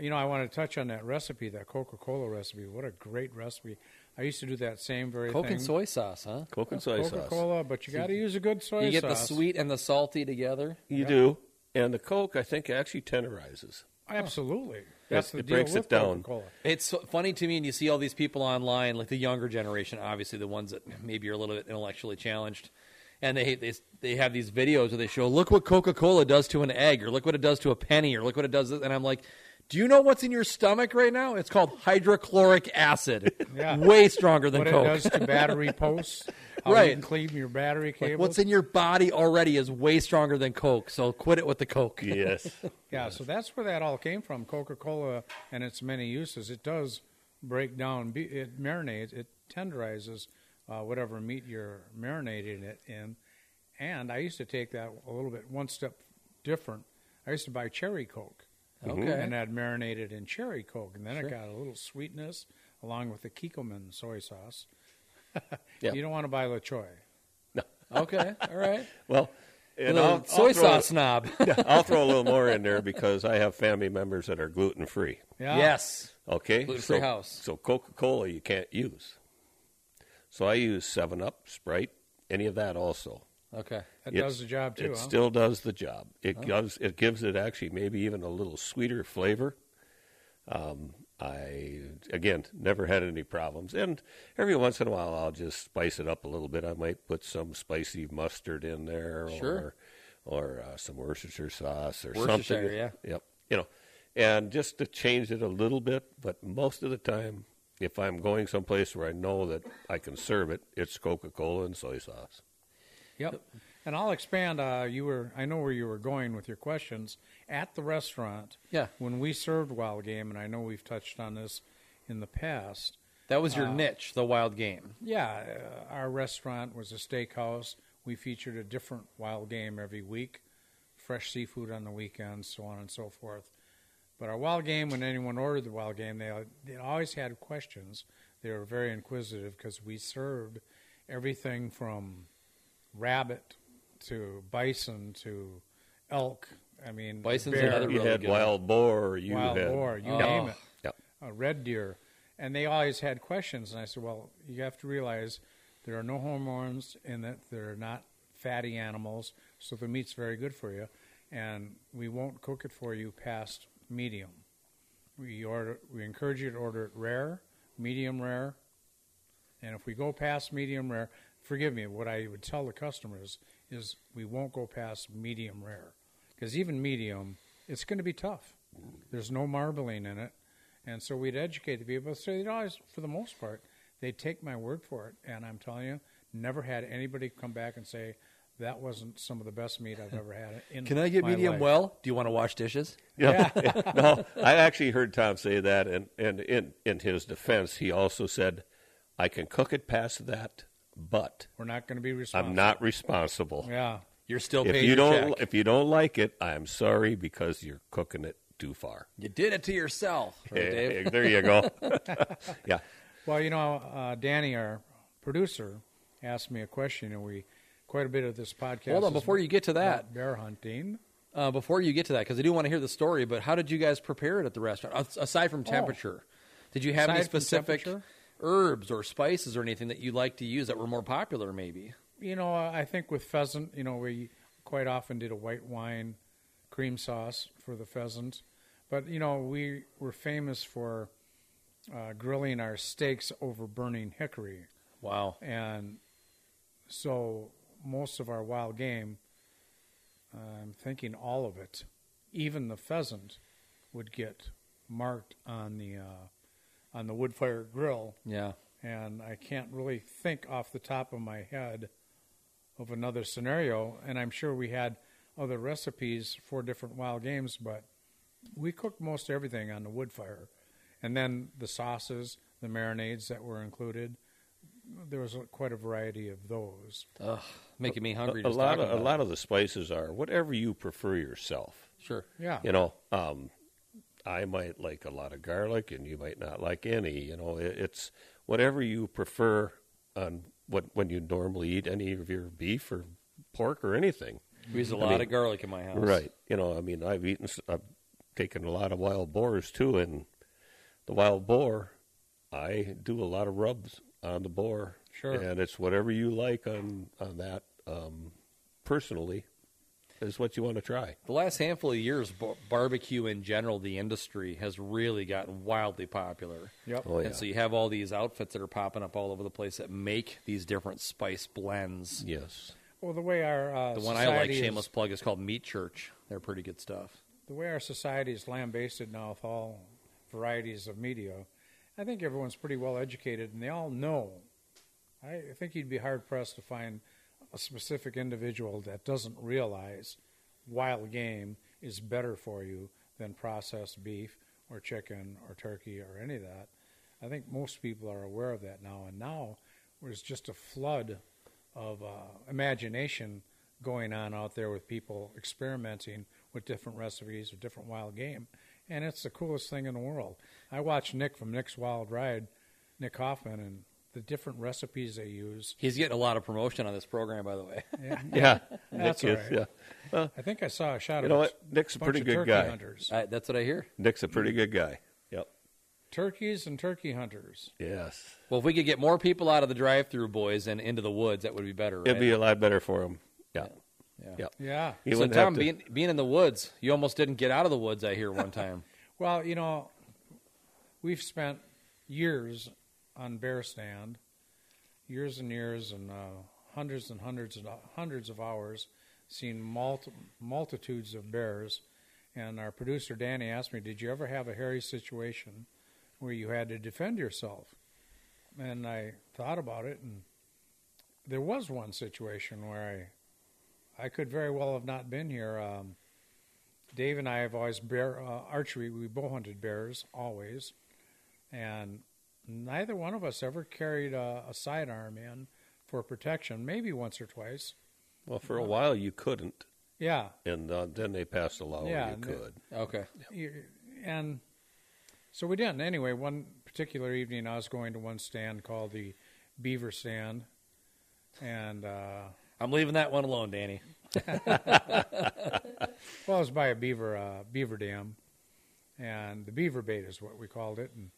you know i want to touch on that recipe that coca-cola recipe what a great recipe i used to do that same very Coke thing and soy sauce, huh? Coke and soy sauce. coca-cola but you got to use a good soy You get the sauce sweet and the salty together. You do. And the Coke, I think, actually tenderizes. absolutely that's the it deal breaks with it down. coca-cola It's so- funny to me, and you see all these people online, like the younger generation, obviously the ones that maybe are a little bit intellectually challenged, and they they they have these videos where they show, look what Coca Cola does to an egg, or look what it does to a penny, or look what it does, this," and I'm like. Do you know what's in your stomach right now? It's called hydrochloric acid. Yeah. Way stronger than what it Coke. does to battery posts how Right. you can clean your battery Like, cables what's in your body already is way stronger than Coke, so quit it with the Coke. Yes. yeah so that's where that all came from coca-cola and its many uses it does break down be- it marinates it tenderizes uh, whatever meat you're marinating it in and i used to take that a little bit one step different i used to buy cherry coke Mm-hmm. Okay. and i'd marinate it in cherry coke and then Sure. it got a little sweetness along with the kikkoman soy sauce Yeah. you don't want to buy la choy Okay, all right. Well, and Little I'll, soy I'll throw, sauce snob. I'll throw a little more in there because I have family members that are gluten free. yeah Yes. Okay, Gluten-free so, house. So Coca Cola you can't use. So I use Seven Up, Sprite, any of that also. Okay. that It's- does the job too it huh? still does the job. It gives it gives it actually maybe even a little sweeter flavor. Um, I again never had any problems, and every once in a while I'll just spice it up a little bit. I might put some spicy mustard in there, Sure. or or uh, some Worcestershire sauce or Worcestershire, something. yeah. Yep. You know, and just to change it a little bit, but most of the time, if I'm going someplace where I know that I can serve it, it's Coca Cola and soy sauce. Yep. And I'll expand. Uh, you were, I know where you were going with your questions at the restaurant. Yeah. When we served wild game, and I know we've touched on this in the past. That was your niche, the wild game. Yeah, uh, our restaurant was a steakhouse. We featured a different wild game every week, fresh seafood on the weekends, so on and so forth. But our wild game, when anyone ordered the wild game, they, they always had questions. They were very inquisitive because we served everything from rabbit to bison to elk. I mean, Bison's bear, another You Really had good. wild boar. You wild had boar, you Oh. name it Yep. uh, red deer, and they always had questions. And I said, well, you have to realize there are no hormones in it. They're not fatty animals, so the meat's very good for you, and we won't cook it for you past medium. We order, we encourage you to order it rare, medium rare, and if we go past medium rare, forgive me, what I would tell the customers is we won't go past medium rare. Because even medium, it's going to be tough. There's no marbling in it. And so we'd educate the people. So they'd always, for the most part, they'd take my word for it. And I'm telling you, never had anybody come back and say, that wasn't some of the best meat I've ever had. In Can I get my medium life." well? Do you want to wash dishes? Yeah. no, I actually heard Tom say that, and, and in, in his defense, he also said, I can cook it past that, but We're not going to be responsible. I'm not responsible. Yeah. You're still If paying you your don't check. if you don't like it, I'm sorry because you're cooking it too far. You did it to yourself, right, Dave? Eh, there you go. yeah. Well, you know, uh, Danny, our producer, asked me a question, and we quite a bit of this podcast. Hold on, is before you get to that, about bear hunting. uh, before you get to that, because I do want to hear the story. But how did you guys prepare it at the restaurant? As- Aside from temperature, did you have any Aside from specific temperature? herbs or spices or anything that you like to use that were more popular? Maybe. You know, uh, I think with pheasant, you know, we quite often did a white wine cream sauce for the pheasant, but you know, we were famous for uh, grilling our steaks over burning hickory. Wow. And so most of our wild game, I'm thinking all of it, even the pheasant, would get marked on the uh, on the wood fire grill. Yeah. And I can't really think off the top of my head of another scenario. And I'm sure we had other recipes for different wild games, but we cooked most everything on the wood fire. And then the sauces, the marinades that were included, there was quite a variety of those. Ugh, making me A, hungry. a just lot talking of a about lot of the spices are whatever you prefer yourself. it. Sure. Yeah. You know, um, I might like a lot of garlic, and you might not like any. You know, it, it's whatever you prefer on what when you normally eat any of your beef or pork or anything. We use a lot of garlic in my house. Right. You know, I mean, I've eaten, s- I've taken a lot of wild boars too, and the wild boar, I do a lot of rubs on the boar. Sure. And it's whatever you like on on that. Um, personally, is what you want to try. The last handful of years, bar- barbecue in general, the industry has really gotten wildly popular. Yep. Oh yeah. And so you have all these outfits that are popping up all over the place that make these different spice blends. yes. Well, the way our uh, The one I like, society is- shameless plug, is called Meat Church. They're pretty good stuff. the way our society is lambasted now with all varieties of media, I think everyone's pretty well educated and they all know. I I think you'd be hard pressed to find a specific individual that doesn't realize wild game is better for you than processed beef or chicken or turkey or any of that. I think most people are aware of that now. And now there's just a flood of uh, imagination going on out there with people experimenting with different recipes or different wild game. And it's the coolest thing in the world. I watched Nick from Nick's Wild Ride, Nick Hoffman, and the different recipes they use. He's getting a lot of promotion on this program, by the way. Yeah. That's Nick all is, right. yeah. I think I saw a shot You of know a what? Nick's a bunch pretty of good turkey guy. hunters. I, that's what I hear. Nick's a pretty good guy. Yep. Turkeys and turkey hunters. Yes. Well, if we could get more people out of the drive-through, boys, and into the woods, that would be better. It'd right? be a lot better for him. Yeah. Yeah. Yeah. Yeah. He so wouldn't Tom, have to- being being in the woods, you almost didn't get out of the woods. I hear one time. Well, you know, we've spent years on bear stand, years and years, and uh, hundreds and hundreds and hundreds of hours, seeing multi- multitudes of bears. And our producer Danny asked me, "Did you ever have a hairy situation where you had to defend yourself?" And I thought about it, and there was one situation where I, I could very well have not been here. Um, Dave and I have always bear uh, archery. We bow hunted bears always, and neither one of us ever carried a, a sidearm in for protection. Maybe once or twice. Well, for a while you couldn't, Yeah, and uh, then they passed a law Yeah, where you and- could. okay. You- and so we didn't. Anyway, one particular evening, I was going to one stand called the Beaver Stand, and uh, I'm leaving that one alone, Danny. Well, it was by a beaver uh, beaver dam, and the beaver bait is what we called it. And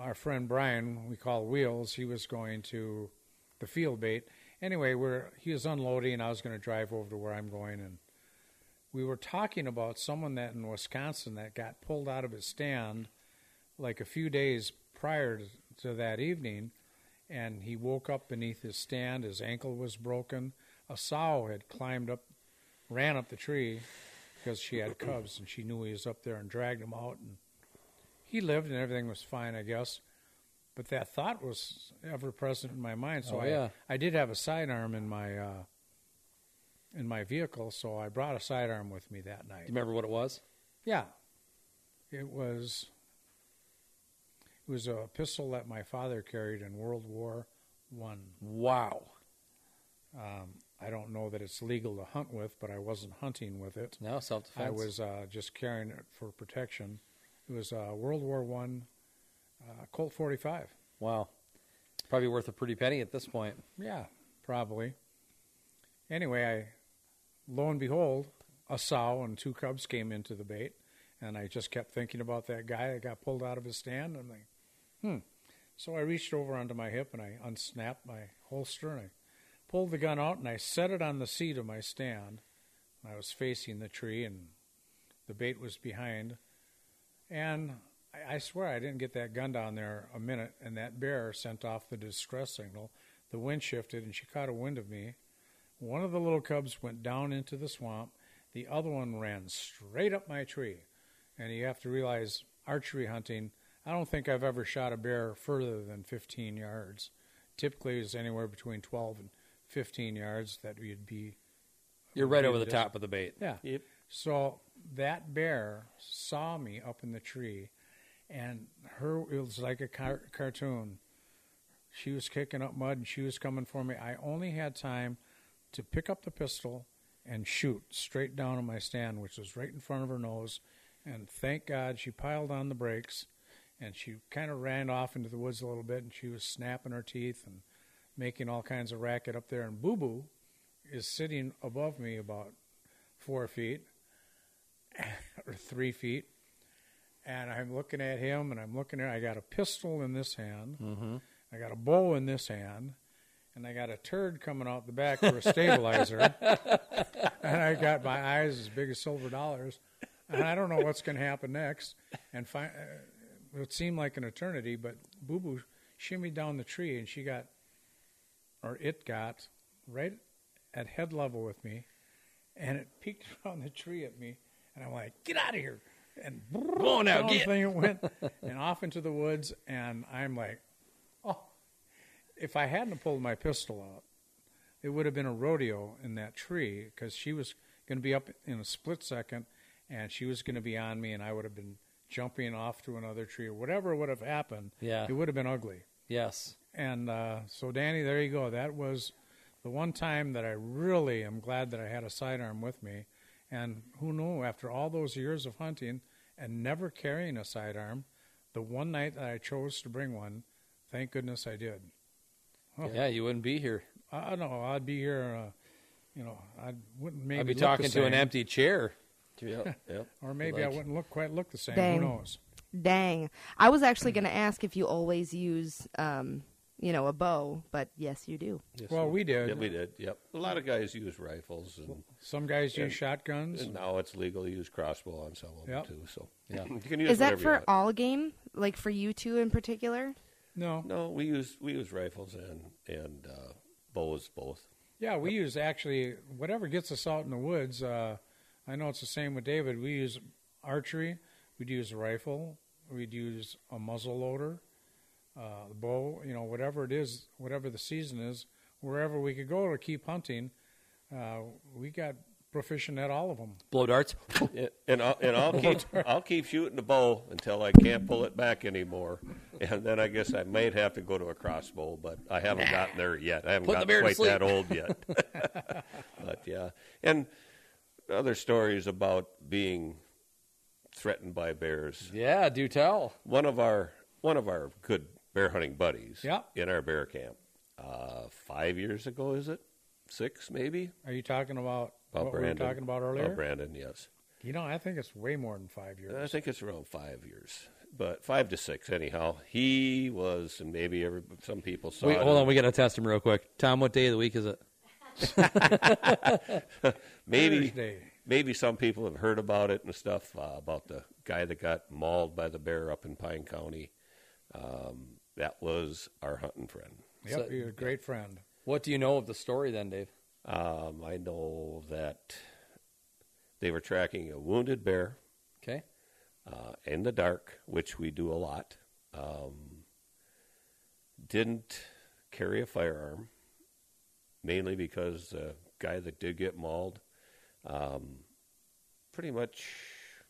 our friend Brian, we call Wheels, he was going to the field bait. Anyway, where he was unloading, and I was going to drive over to where I'm going, and we were talking about someone that in Wisconsin that got pulled out of his stand like a few days prior to that evening, and he woke up beneath his stand. His ankle was broken. A sow had climbed up ran up the tree because she had cubs and she knew he was up there and dragged him out and he lived and everything was fine i guess but that thought was ever present in my mind so Oh, I, yeah. I did have a sidearm in my uh, in my vehicle so i brought a sidearm with me that Do night you remember what it was? yeah it was it was a pistol that my father carried in world war one Wow. um, i don't know that it's legal to hunt with but i wasn't hunting with it No self defense. I was uh, just carrying it for protection. It was uh, World War One uh, Colt 45. wow. Probably worth a pretty penny at this point. Yeah, probably. Anyway, I lo and behold, a sow and two cubs came into the bait, and I just kept thinking about that guy that got pulled out of his stand. I'm like, hmm. So I reached over onto my hip and I unsnapped my holster and I pulled the gun out and I set it on the seat of my stand. And I was facing the tree and the bait was behind, and I I, I swear I didn't get that gun down there a minute, and that bear sent off the distress signal. The wind shifted, and she caught a wind of me. One of the little cubs went down into the swamp. The other one ran straight up my tree. And you have to realize archery hunting, I don't think I've ever shot a bear further than 15 yards. Typically, it's anywhere between 12 and 15 yards that you'd be. You're right Yeah, over the just- top of the bait. Yeah. Yep. So that bear saw me up in the tree, and her it was like a car- cartoon. She was kicking up mud, and she was coming for me. I only had time to pick up the pistol and shoot straight down on my stand, which was right in front of her nose. And thank God she piled on the brakes, and she kind of ran off into the woods a little bit, and she was snapping her teeth and making all kinds of racket up there. And Boo Boo is sitting above me about four feet or three feet, and I'm looking at him, and I'm looking at. I got a pistol in this hand, I got a bow in this hand, and I got a turd coming out the back for a stabilizer, and I got my eyes as big as silver dollars, and I don't know what's going to happen next. And fi- uh, it seemed like an eternity, but Boo Boo shimmied down the tree, and she got, or it got, right at head level with me and it peeked around the tree at me, and I'm like, "Get out of here!" And on out, down the get. thing it went, and off into the woods, and I'm like, "Oh, if I hadn't have pulled my pistol out, it would have been a rodeo in that tree because she was going to be up in a split second, and she was going to be on me, and I would have been jumping off to another tree or whatever would have happened. Yeah. it would have been ugly." Yes. And uh, so, Danny, there you go. That was the one time that I really am glad that I had a sidearm with me. And who knew, after all those years of hunting and never carrying a sidearm, the one night that I chose to bring one, thank goodness I did. Oh. Yeah, you wouldn't be here. I don't know. I'd be here, uh, you know, I wouldn't maybe I'd be look talking the to an same, empty chair. Yep. yep. or maybe I like- wouldn't look quite look the same. Dang. Who knows? Dang. I was actually going to ask if you always use, um, you know, a bow, but yes, you do. Yes, Well, we did. Yeah, we did. Yep. A lot of guys use rifles, and, Some guys Yeah. use shotguns. and now it's legal to use crossbow on some of them Yep. too. So Yeah. you can use Is that whatever you for want. all game? Like for you two in particular? No. No, we use we use rifles and and uh, bows both. Yeah, we use actually whatever gets us out in the woods. Uh, I know it's the same with David. We use archery, we'd use a rifle, we'd use a muzzle loader, uh, bow, you know, whatever it is, whatever the season is, wherever we could go to keep hunting. Uh, we got proficient at all of them. Blow darts. Yeah, and I'll, and I'll keep I'll keep shooting the bow until I can't pull it back anymore, and then I guess I might have to go to a crossbow, but I haven't gotten there yet. I haven't Put the gotten bear to quite sleep. that old yet. but yeah, and other stories about being threatened by bears. yeah, do tell. One of our one of our good bear hunting buddies Yeah. in our bear camp uh, five years ago, is it six maybe? Are you talking about About what Brandon. we were talking about About earlier? Brandon, yes. you know, I think it's way more than five I years. think it's around five years, but five to six anyhow. He was, and maybe every, some people saw. Wait, it. hold on. We got to test him real quick. Tom, what day of the week is it? Maybe Thursday. maybe some people have heard about it and stuff uh, about the guy that got mauled by the bear up in Pine County. Um, that was our hunting friend. Yep, So- you're a great friend. What do you know of the story then, Dave? Um, I know that they were tracking a wounded bear Okay. uh, in the dark, which we do a lot. Um, didn't carry a firearm, mainly because the guy that did get mauled um, pretty much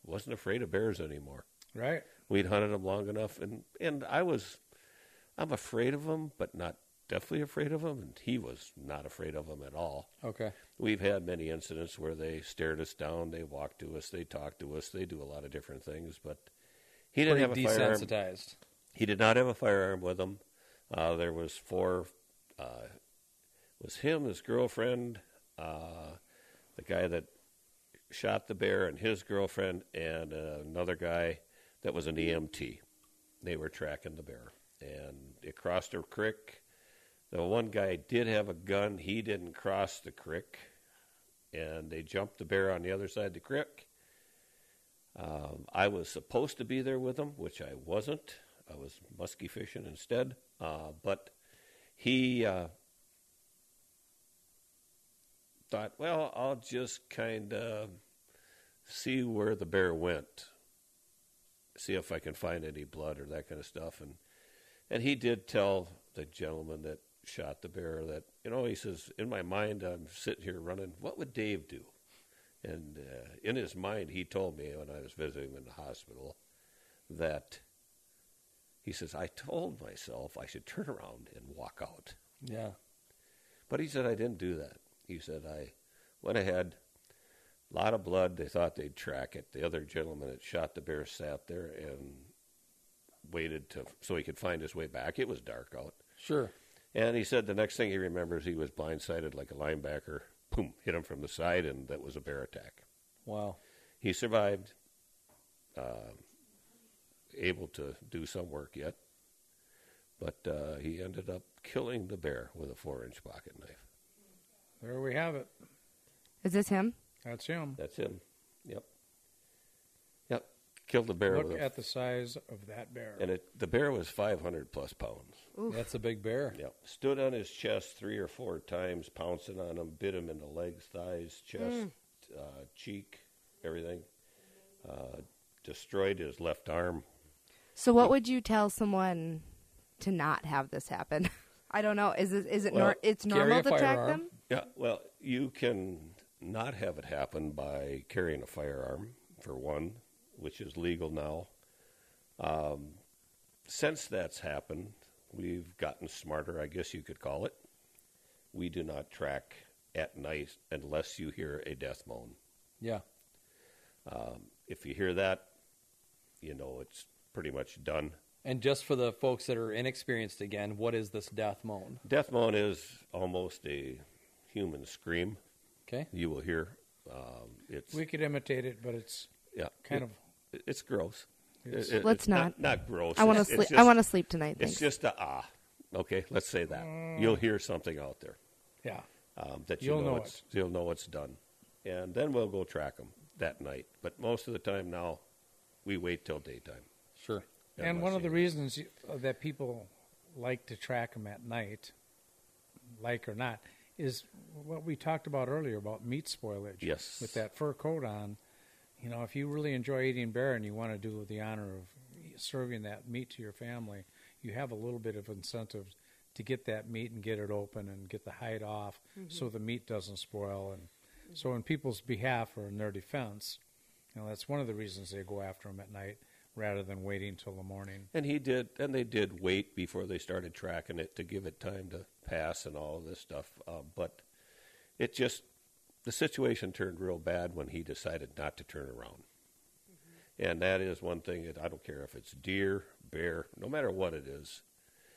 wasn't afraid of bears anymore. Right? We'd hunted them long enough, and, and I was, I'm afraid of them, but not definitely afraid of them, and he was not afraid of them at all. Okay. We've had many incidents where they stared us down, they walked to us, they talked to us, they do a lot of different things, but he didn't Pretty have a firearm. desensitized. He did not have a firearm with him. Uh, there was four. Uh, it was him, his girlfriend, uh, the guy that shot the bear, and his girlfriend, and uh, another guy that was an EMT. They were tracking the bear, and it crossed a creek. The one guy did have a gun. He didn't cross the creek, and they jumped the bear on the other side of the creek. Um, I was supposed to be there with him, which I wasn't. I was musky fishing instead. Uh, but he uh, thought, well, I'll just kind of see where the bear went, see if I can find any blood or that kind of stuff. And and he did tell the gentleman that shot the bear that you know he says in my mind I'm sitting here running. What would Dave do? And uh, in his mind, he told me when I was visiting him in the hospital that he says I told myself I should turn around and walk out. Yeah. But he said I didn't do that. He said I went ahead. A lot of blood. They thought they'd track it. The other gentleman that shot the bear sat there and waited to so he could find his way back. It was dark out. Sure. And he said the next thing he remembers, he was blindsided like a linebacker. Boom, hit him from the side, and that was a bear attack. Wow. He survived, uh, able to do some work yet, but uh, he ended up killing the bear with a four inch pocket knife. There we have it. Is this him? That's him. That's him. Yep. Yep. Killed the bear Look with a, at the size of that bear. and it, the bear was 500 plus pounds. That's a big bear. Yep. Stood on his chest three or four times, pouncing on him, bit him in the legs, thighs, chest, Mm. uh, cheek, everything. Uh, destroyed his left arm. So, what would you tell someone to not have this happen? I don't know. Is it, is it nor- Well, it's carry normal a to track firearm. them? Yeah. Well, you can not have it happen by carrying a firearm, for one, which is legal now. Um, since that's happened, we've gotten smarter, I guess you could call it. We do not track at night unless you hear a death moan. Yeah. if you hear that, you know it's pretty much done. And just for the folks that are inexperienced again, what is this death moan? Death moan is almost a human scream. Okay. You will hear. Um, it's we could imitate it, but it's yeah, kind it- of it's gross. It's- It- it- Let's it's not not. not gross. I want to It's- sleep. it's I just- want to sleep tonight. It's Thanks. just a ah. Okay, let's say that you'll hear something out there yeah. um, that you Mm. You'll know it's, You'll know it's done, and then we'll go track them that night. But most of the time now, we wait till daytime. Sure. And Unless one of you- the reasons you, that people like to track them at night, like or not, is what we talked about earlier about meat spoilage. Yes. With that fur coat on, you know, if you really enjoy eating bear and you want to do the honor of serving that meat to your family, you have a little bit of incentive to get that meat and get it open and get the hide off so the meat doesn't spoil. And so, in people's behalf or in their defense, you know, that's one of the reasons they go after them at night rather than waiting till the morning. And he did, and they did wait before they started tracking it to give it time to pass and all this stuff. Uh, but it just, the situation turned real bad when he decided not to turn around. And that is one thing that I don't care if it's deer, bear, no matter what it is,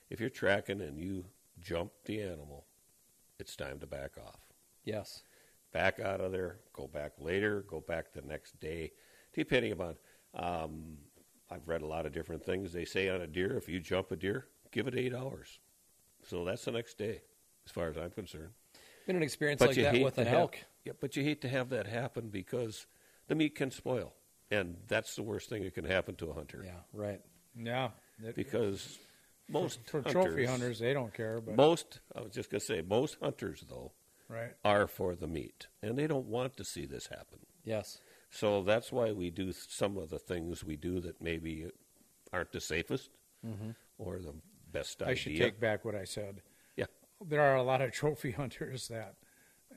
if you're tracking and you jump the animal, it's time to back off Yes. back out of there, go back later, go back the next day, depending upon. Um, I've read a lot of different things. They say on a deer, if you jump a deer, give it eight hours. So that's the next day, as far as I'm concerned. Been an experience like that with to an have- elk. yeah, but you hate to have that happen because the meat can spoil, and that's the worst thing that can happen to a hunter. Yeah. Right. Yeah. That- Because most for hunters, trophy hunters, they don't care, but most I was just gonna say, most hunters though right. are for the meat, and they don't want to see this happen. Yes. So that's why we do some of the things we do that maybe aren't the safest or the best idea. Mm-hmm. I should take back what I said. yeah, There are a lot of trophy hunters that,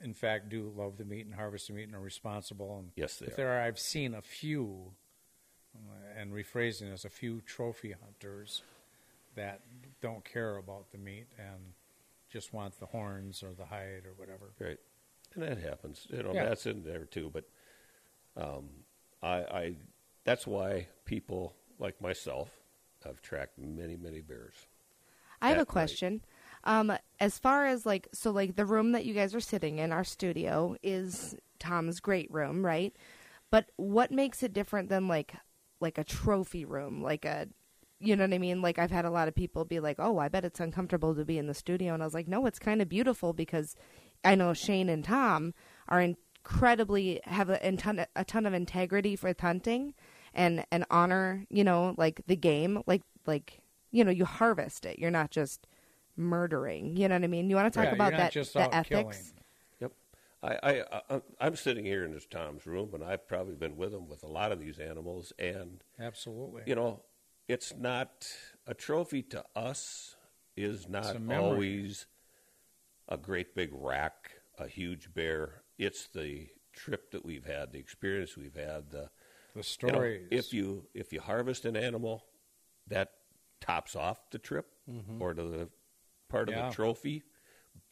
in fact, do love the meat and harvest the meat and are responsible. And Yes, they if there are. I've seen a few, uh, and rephrasing this, a few trophy hunters that don't care about the meat and just want the horns or the hide or whatever. right. And that happens. You know, Yeah. that's in there too. But um, I, I, that's why people like myself have tracked many, many bears. I have at a night. question. Um, as far as like, so like the room that you guys are sitting in, our studio, is Tom's great room, right? But what makes it different than like, like a trophy room, like a, you know what I mean? Like I've had a lot of people be like, "Oh, I bet it's uncomfortable to be in the studio," and I was like, "No, it's kind of beautiful because I know Shane and Tom are incredibly have a, a ton a ton of integrity for hunting." and and honor you know like the game like like you know you harvest it you're not just murdering you know what i mean you want to talk Yeah, about you're not that just out the ethics killing. Yep. I, I, I I'm sitting here in this Tom's room, and I've probably been with him with a lot of these animals, and Absolutely. you know, it's not a trophy to us is not a memory. always a great big rack, a huge bear. It's the trip that we've had, the experience we've had, the the you know, stories. if you if you harvest an animal, that tops off the trip or to the part of Mm-hmm. Yeah. the trophy,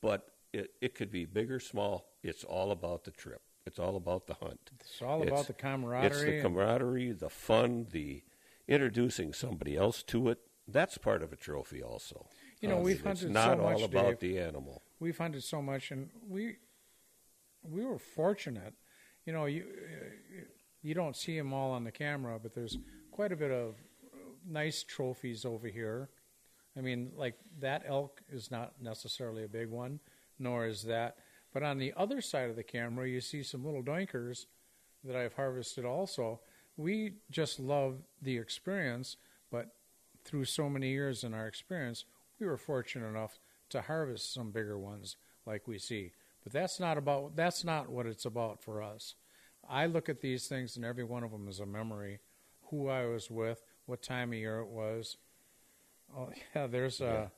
but it, it could be big or small. It's all about the trip. It's all about the hunt. it's all about the camaraderie. It's the camaraderie, the fun, the introducing somebody else to it. That's part of a trophy, also. You know, Uh, we've it's hunted so not much, all Dave. about the animal. we've hunted so much, and we we were fortunate. You know, you you don't see them all on the camera, but there's quite a bit of uh, nice trophies over here. I mean, like that elk is not necessarily a big one, nor is that. But on the other side of the camera, you see some little doinkers that I've harvested also. We just love the experience, but through so many years in our experience, we were fortunate enough to harvest some bigger ones like we see. But that's not about that's not what it's about for us. I look at these things and every one of them is a memory, who I was with, what time of year it was. Oh yeah, there's a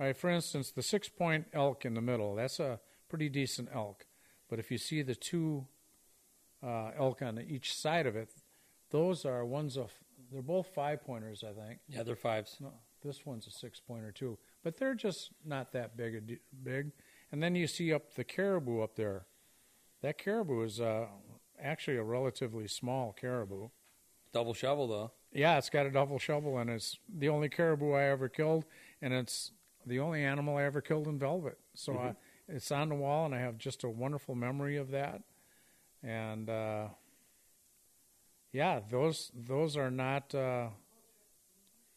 all right, for instance, the six point elk in the middle, that's a pretty decent elk. But if you see the two uh, elk on each side of it, those are ones of they're both five pointers, I think. Yeah, they're fives. No, this one's a six pointer too, but they're just not that big. A d- big, and then you see up the caribou up there. That caribou is uh, actually a relatively small caribou. Double shovel though. Yeah, it's got a double shovel, and it's the only caribou I ever killed, and it's the only animal I ever killed in velvet. So I, it's on the wall, and I have just a wonderful memory of that. And uh, yeah, those those are not uh,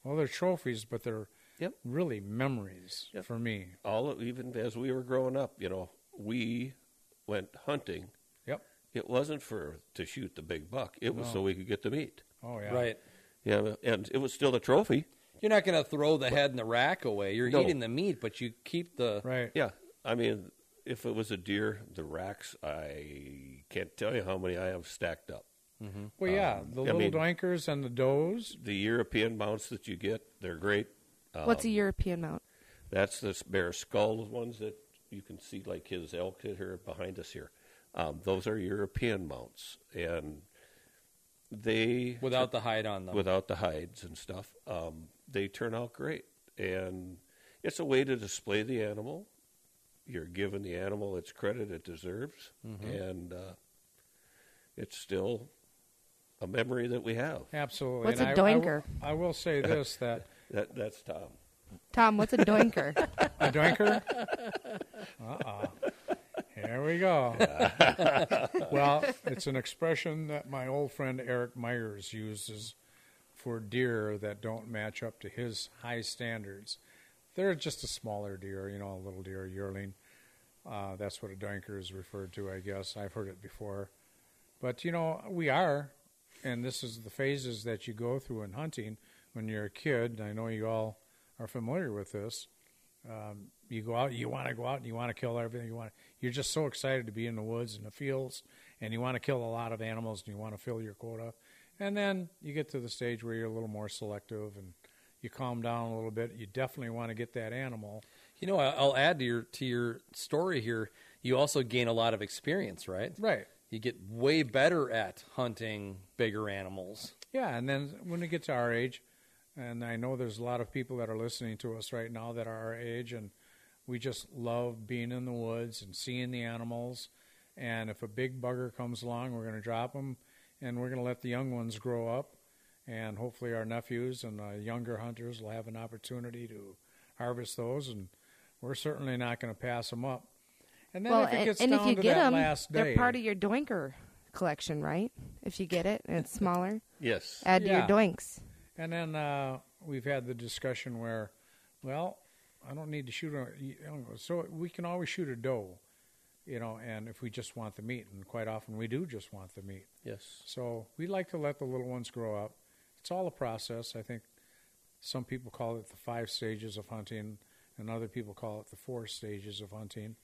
well, they're trophies, but they're Yep. really memories Yep. for me. All even as we were growing up, you know, we went hunting. Yep. It wasn't for to shoot the big buck. It was so we could get the meat. Oh yeah. Right. Yeah, and it was still a trophy. You're not going to throw the head and the rack away. You're No. eating the meat, but you keep the Right. Yeah, I mean, if it was a deer, the racks. I can't tell you how many I have stacked up. Well, yeah, the Um, I little mean- doinkers and the does. The European mounts that you get, they're great. Oh. what's a european mount That's the bear skull ones that you can see, like his elk that are behind us here. Um, those are European mounts, and they without the hide on them. without the hides and stuff. Um, they turn out great, and it's a way to display the animal. You're giving the animal its credit it deserves, Mm-hmm. and uh, it's still a memory that we have. Absolutely. What's and a I- I will- doinker? I will say this that That, that's Tom. tom what's a doinker A doinker? Uh oh. Here we go. well, it's an expression that my old friend Eric Myers uses for deer that don't match up to his high standards. They're just a smaller deer, you know, a little deer, yearling. Uh, that's what a doinker is referred to, I guess. I've heard it before. But, you know, we are, and this is the phases that you go through in hunting when you're a kid. and I know you all are familiar with this you go out you want to go out and you want to kill everything you want you're just so excited to be in the woods and the fields and you want to kill a lot of animals and you want to fill your quota and then you get to the stage where you're a little more selective and you calm down a little bit you definitely want to get that animal You know, I- I'll add to your to your story here. You also gain a lot of experience, right? right You get way better at hunting bigger animals. yeah and then when we get to our age and i know there's a lot of people that are listening to us right now that are our age and we just love being in the woods and seeing the animals. And if a big bugger comes along, we're going to drop him, and we're going to let the young ones grow up, and hopefully our nephews and uh, younger hunters will have an opportunity to harvest those. And we're certainly not going to pass them up. And then well if it and, gets and down if you to get that them last day, they're part of your doinker collection right if you get it and it's smaller Yes. add to your Yeah. doinks And then uh, we've had the discussion where, well, I don't need to shoot a. So we can always shoot a doe. you know, and if we just want the meat, and quite often we do just want the meat. Yes. So we like to let the little ones grow up. It's all a process. I think some people call it the five stages of hunting, and other people call it the four stages of hunting.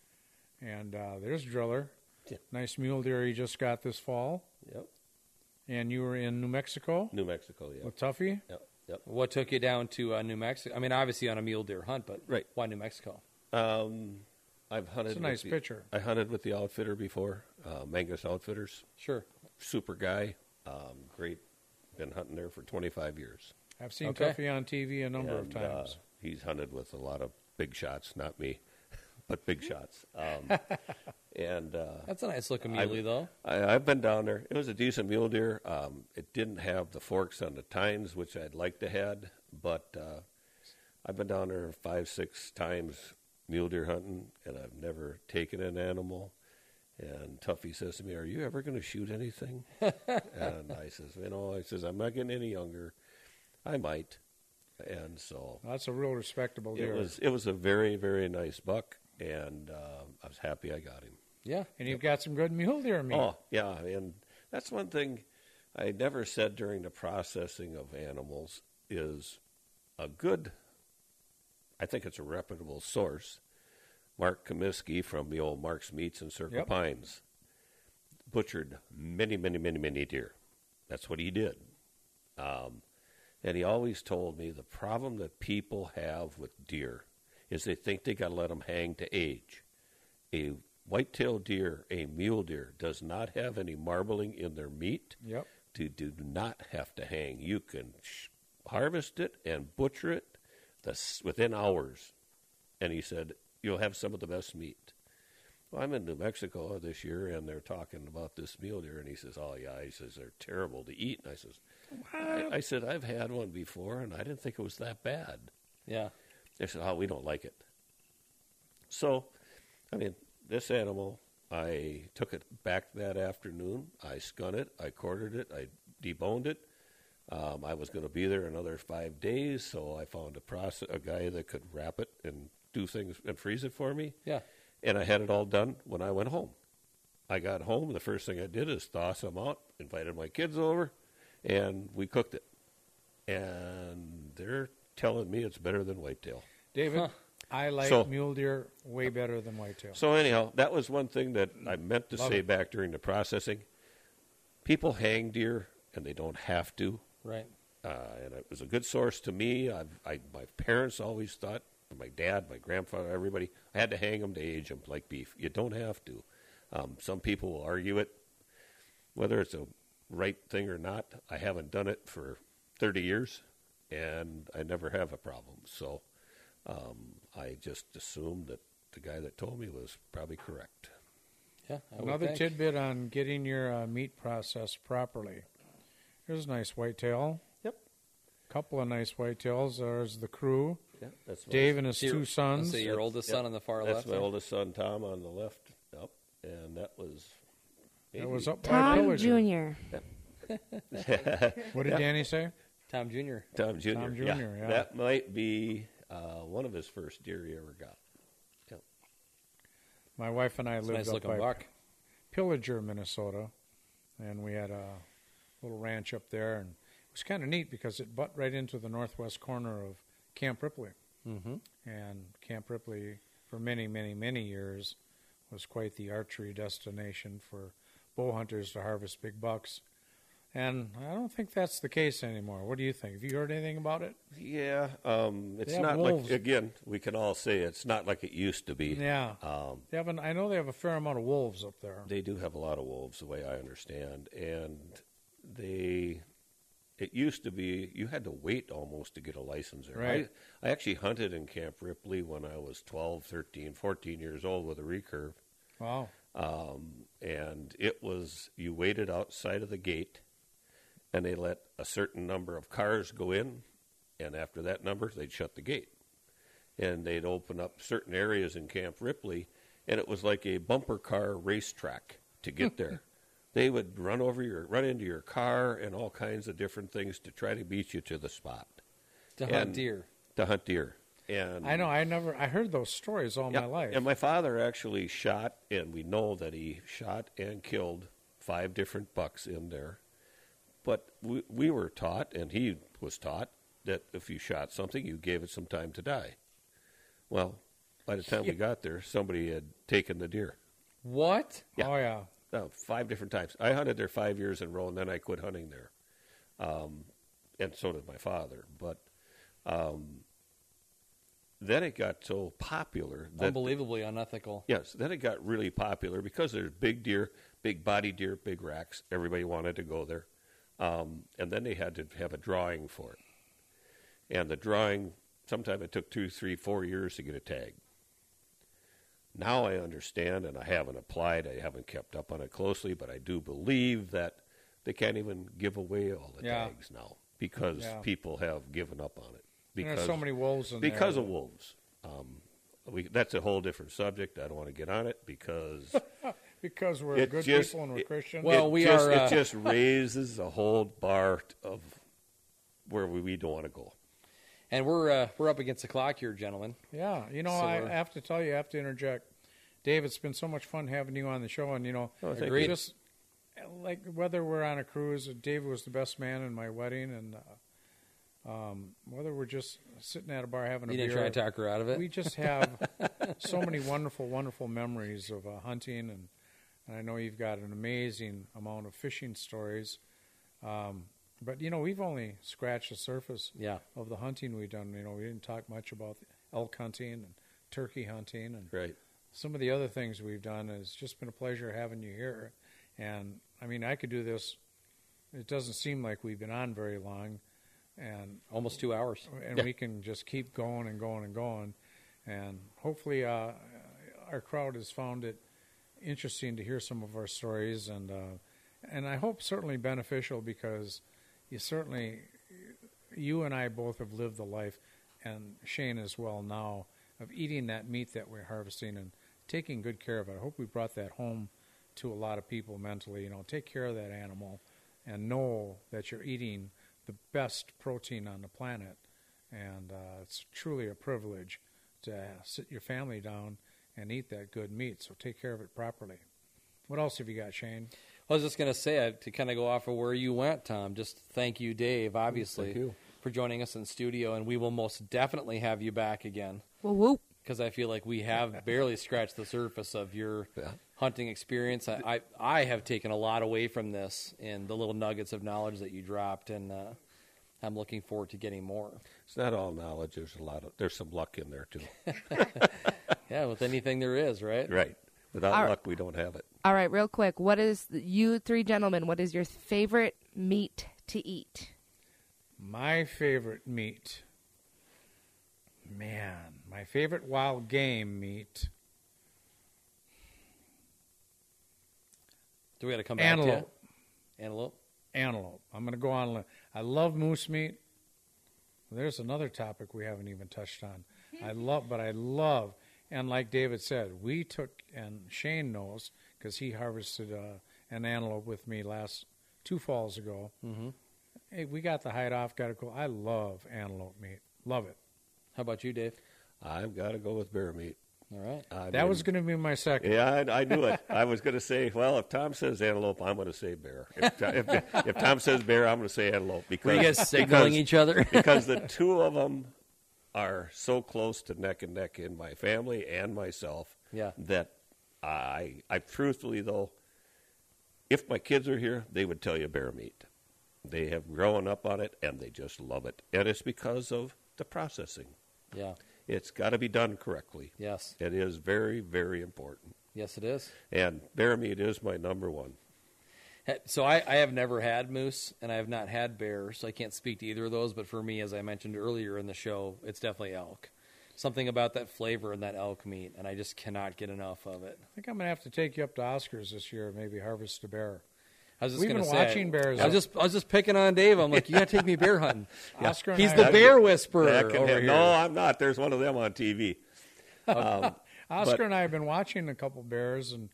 And uh, there's Driller. Yeah. Nice mule deer you just got this fall. Yep. And you were in New Mexico New Mexico. Yeah. with Tuffy. Yep. Yep. What took you down to uh, New Mexico? I mean, obviously on a mule deer hunt, but Right. why New Mexico? Um, I've hunted. It's a nice with the- picture. I hunted with the outfitter before, uh, Mangus Outfitters. Sure. Super guy. Um, great. Been hunting there for 25 years. I've seen Okay. Tuffy on TV a number of And, uh, times. he's hunted with a lot of big shots, not me, but big Mm-hmm. shots. Um, and uh, That's a nice looking I- muley, though. I, I've been down there. It was a decent mule deer. Um, it didn't have the forks on the tines, which I'd like to had, but uh, I've been down there five, six times mule deer hunting, and I've never taken an animal. And Tuffy says to me, "Are you ever going to shoot anything?" and I says, "You know, I says I'm not getting any younger. I might." And so That's a real respectable it deer. was it was a very very nice buck, and uh, I was happy I got him. Yeah. and you've got some good mule deer meat. Oh, yeah. And that's one thing I never said during the processing of animals is a good, I think it's a reputable source. Mark Comiskey from the old Mark's Meats and Circle Yep. Pines butchered many, many, many, many deer. That's what he did. Um, and he always told me the problem that people have with deer is they think they got to let them hang to age. A white-tailed deer, a mule deer, does not have any marbling in their meat. Yep. To do not have to hang. You can sh- harvest it and butcher it the, s- within hours. And he said, you'll have some of the best meat. Well, I'm in New Mexico this year, and they're talking about this mule deer, and he says, "Oh yeah," he says they're terrible to eat, and I says, I, "I said I've had one before, and I didn't think it was that bad." Yeah. They said, "Oh, we don't like it." So, I mean, this animal, I took it back that afternoon. I skun it, I quartered it, I deboned it. Um, I was going to be there another five days, so I found a process, a guy that could wrap it and do things and freeze it for me Yeah. and I had it all done when I went home. I got home. The first thing I did is thaw some out, invited my kids over, and we cooked it. And they're telling me it's better than whitetail. David, I like So- mule deer way better than whitetail. So anyhow, that was one thing that I meant to Love say it. back during the processing. People hang deer, and they don't have to. Right. uh, and it was a good source to me. I've, I, my parents always thought, my dad, my grandfather, everybody, I had to hang them to age them like beef. You don't have to. Um, some people will argue it, whether it's a right thing or not. I haven't done it for 30 years, and I never have a problem. So um, I just assumed that the guy that told me was probably correct. Yeah. I would Another think. tidbit on getting your uh, meat processed properly. Here's a nice whitetail. Yep. Couple of nice whitetails. There's the crew, Yeah, that's uh, what I- Dave and his Your- two sons. Let's say your oldest son on the far That's left. my oldest son, Tom, on the left. Yep. And that was. That was maybe- up by Tom Villager. Jr. What did Danny say? Tom Jr. Tom Jr. Tom yeah. Jr., yeah. That might be uh, one of his first deer he ever got. My wife and I It's a lived nice up looking by buck. Pillager, Minnesota, and we had a little ranch up there, and it was kind of neat because it butt right into the northwest corner of Camp Ripley, Mm-hmm. and Camp Ripley for many, many, many years was quite the archery destination for bow hunters to harvest big bucks. And I don't think that's the case anymore. What do you think? Have you heard anything about it? Yeah, um, it's have not wolves. like again we can all say it's not like it used to be. Yeah. Um, They have an, I know they have a fair amount of wolves up there. they do have a lot of wolves, the way I understand, and they. It used to be you had to wait almost to get a license there. Right. I, I actually hunted in Camp Ripley when I was 12, 13, 14 years old with a recurve. Wow. um, and it was you waited outside of the gate, and they let a certain number of cars go in, and after that number, they'd shut the gate, and they'd open up certain areas in Camp Ripley, and it was like a bumper car racetrack to get there. they would run over your, run into your car, and all kinds of different things to try to beat you to the spot To And- hunt deer. to hunt deer. And I know. I never. I heard those stories all Yeah, my life. And my father actually shot, and we know that he shot and killed five different bucks in there. But we, we were taught, and he was taught, that if you shot something, you gave it some time to die. Well, by the time we got there, somebody had taken the deer. What? yeah. Oh yeah. No, five different times. I hunted there five years in a row, and then I quit hunting there. Um, and so did my father. But um, then it got so popular that Unbelievably unethical. Yes, then it got really popular because there's big deer, big body deer, big racks. Everybody wanted to go there. Um, and then they had to have a drawing for it. And the drawing, sometime it took two, three, four years to get a tag. Now I understand, and I haven't applied, I haven't kept up on it closely, but I do believe that they can't even give away all the Yeah. tags now because Yeah. people have given up on it. And Because there's so many wolves in because there. of wolves. Um, we, that's a whole different subject. I don't want to get on it because because we're it good just people and we're it- Christian. Well, it we just, are, uh, it just raises a whole bar t- of where we, we don't want to go. And we're uh, we're up against the clock here, gentlemen. Yeah, you know, So I we're- have to tell you, I have to interject. Dave, it's been so much fun having you on the show, and you know, Oh, thank Agreed. you. just like whether we're on a cruise, Dave was the best man in my wedding, and uh, um, whether we're just sitting at a bar having a You didn't beer, try to talk her out of it. we just have so many wonderful, wonderful memories of uh, hunting, and, and I know you've got an amazing amount of fishing stories. Um, but you know, we've only scratched the surface Yeah. of the hunting we've done. You know, we didn't talk much about elk hunting and turkey hunting and Right. some of the other things we've done. It's just been a pleasure having you here. And I mean, I could do this. It doesn't seem like we've been on very long, and Almost two hours. and we can just keep going and going and going. And hopefully, uh, our crowd has found it interesting to hear some of our stories, and uh, and I hope certainly beneficial because you certainly you and I both have lived the life, and Shane as well now of eating that meat that we're harvesting and taking good care of it. I hope we brought that home to a lot of people mentally. You know, take care of that animal and know that you're eating the best protein on the planet, and uh, it's truly a privilege to sit your family down and eat that good meat. So take care of it properly. What else have you got, Shane? I was just going to say, uh, to kind of go off of where you went, Tom, just thank you, Dave, obviously, you. for joining us in studio. And we will most definitely have you back again Whoa, whoop. because I feel like we have barely scratched the surface of your Yeah. hunting experience. I, I, I have taken a lot away from this and the little nuggets of knowledge that you dropped. And uh, I'm looking forward to getting more. It's not all knowledge. There's a lot of there's some luck in there too. Yeah, with anything there is, right? right. Without All right. luck, we don't have it. All right, real quick. What is you three gentlemen? What is your favorite meat to eat? My favorite meat. Man, my favorite wild game meat. Do we got to come back to Antelope. you? Antelope? Antelope. I'm going to go on. a limb. I love moose meat. There's another topic we haven't even touched on. I love, but I love, and like David said, we took, and Shane knows because he harvested uh, an antelope with me last two falls ago. Mm-hmm. Hey, we got the hide off, got it cool. I love antelope meat. Love it. How about you, Dave? I've got to go with bear meat. All right. I that mean, was going to be my second. Yeah, I, I knew it. I was going to say, well, if Tom says antelope, I'm going to say bear. If, Tom- if, if Tom says bear, I'm going to say antelope Were because you guys signaling because- each other? because the two of them are so close to neck and neck in my family and myself Yeah. that I, I truthfully though, if my kids are here, they would tell you bear meat. They have grown up on it and they just love it, and it's because of the processing. yeah. It's got to be done correctly. Yes. It is very, very important, Yes, it is. and bear meat is my number one. Hey, So I, I have never had moose and I have not had bear, so I can't speak to either of those. But for me, as I mentioned earlier in the show, it's definitely elk. Something about that flavor and that elk meat, and I just cannot get enough of it. I think I'm going to have to take you up to Oscars this year, maybe harvest a bear. I was just We've gonna been say, watching bears. I was just I was just picking on Dave. I'm like, you gotta take me bear hunting. Oscar and He's I the are- bear whisperer That can over have- here. no, I'm not. There's one of them on TV. Oscar But- and I have been watching a couple bears, and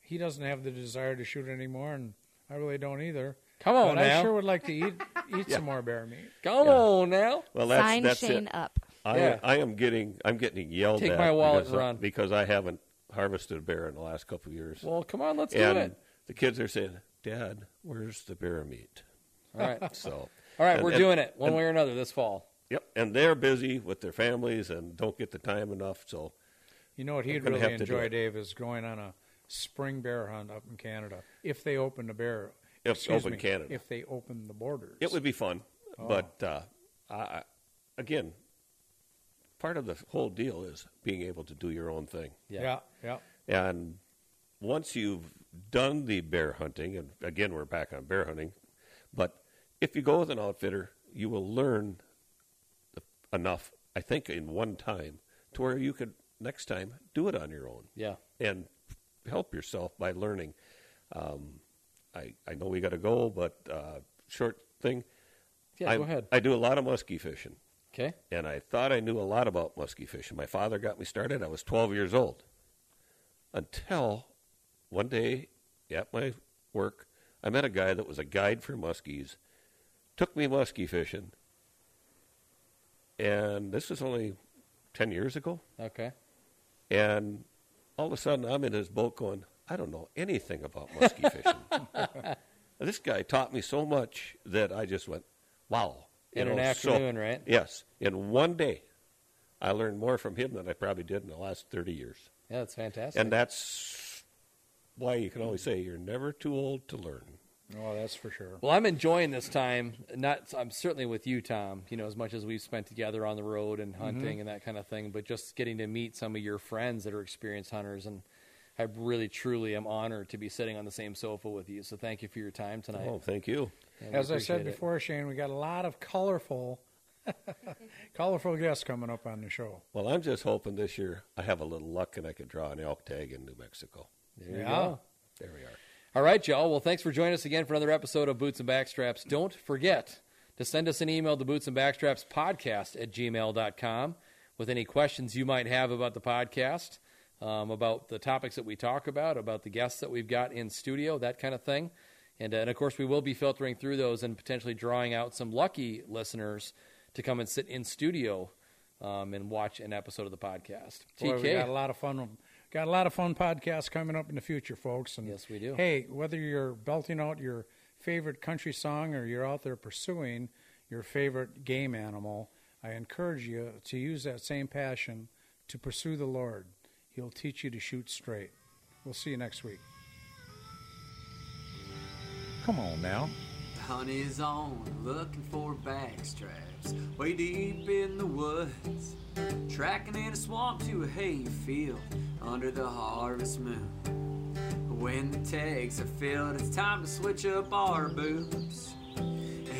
he doesn't have the desire to shoot anymore, and I really don't either. Come on but I now. sure would like to eat eat some more bear meat. Come on now. Well, that's Sign that's Shane it. up. I, Yeah. I am getting I'm getting yelled Take at my wallet because, and run. because I haven't harvested a bear in the last couple of years. Well, come on, let's and do it. the kids are saying, "Dad, where's the bear meat?" All right, all So, right, and- we're and- doing it one and- way or another this fall. Yep, and they're busy with their families and don't get the time enough. So, You know what I'm he'd gonna really have to do enjoy, it. Dave, is going on a spring bear hunt up in Canada if they open the bear. If excuse open me, Canada. If they open the borders, It would be fun, Oh. but uh, I, I- again, part of the whole deal is being able to do your own thing. Yeah. yeah, yeah. And once you've done the bear hunting, and again, we're back on bear hunting, but if you go with an outfitter, you will learn enough, I think, in one time to where you could next time do it on your own Yeah, and help yourself by learning. Um, I I know we got to go, but uh, short thing. yeah. I, go ahead. I do a lot of muskie fishing, okay. and I thought I knew a lot about muskie fishing. My father got me started. I was 12 years old. Until one day at my work, I met a guy that was a guide for muskies, took me muskie fishing, and this was only 10 years ago. Okay. And all of a sudden, I'm in his boat going, I don't know anything about muskie fishing. this guy taught me so much that I just went, wow. You In an know, so- afternoon, right? Yes. In one day, I learned more from him than I probably did in the last 30 years. Yeah, that's fantastic. And that's why you can always say you're never too old to learn. Oh, that's for sure. Well, I'm enjoying this time. Not, I'm certainly with you, Tom. You know, as much as we've spent together on the road and hunting and that kind of thing, but just getting to meet some of your friends that are experienced hunters, and I really, truly am honored to be sitting on the same sofa with you. So, thank you for your time tonight. Oh, thank you. and we As I appreciate said it. before, Shane, we got a lot of colorful, colorful guests coming up on the show. Well, I'm just hoping this year I have a little luck and I can draw an elk tag in New Mexico. there you Yeah. go. There we are. All right, y'all. Well, thanks for joining us again for another episode of Boots and Backstraps. Don't forget to send us an email to boots and backstraps podcast at gmail.com with any questions you might have about the podcast, um, about the topics that we talk about, about the guests that we've got in studio, that kind of thing. And, uh, and of course, we will be filtering through those and potentially drawing out some lucky listeners to come and sit in studio um, and watch an episode of the podcast. Boy, TK. we got a lot of fun. Got a lot of fun podcasts coming up in the future, folks. And Yes, we do. Hey, whether you're belting out your favorite country song or you're out there pursuing your favorite game animal, I encourage you to use that same passion to pursue the Lord. He'll teach you to shoot straight. We'll see you next week. Come on now. The hunt is on, looking for backstraps. Way deep in the woods, tracking in a swamp to a hay field under the harvest moon. When the tags are filled, it's time to switch up our boots.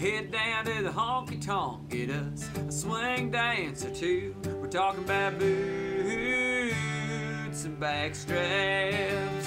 Head down to the honky tonk, get us a swing dance or two. We're talking about boots and backstraps.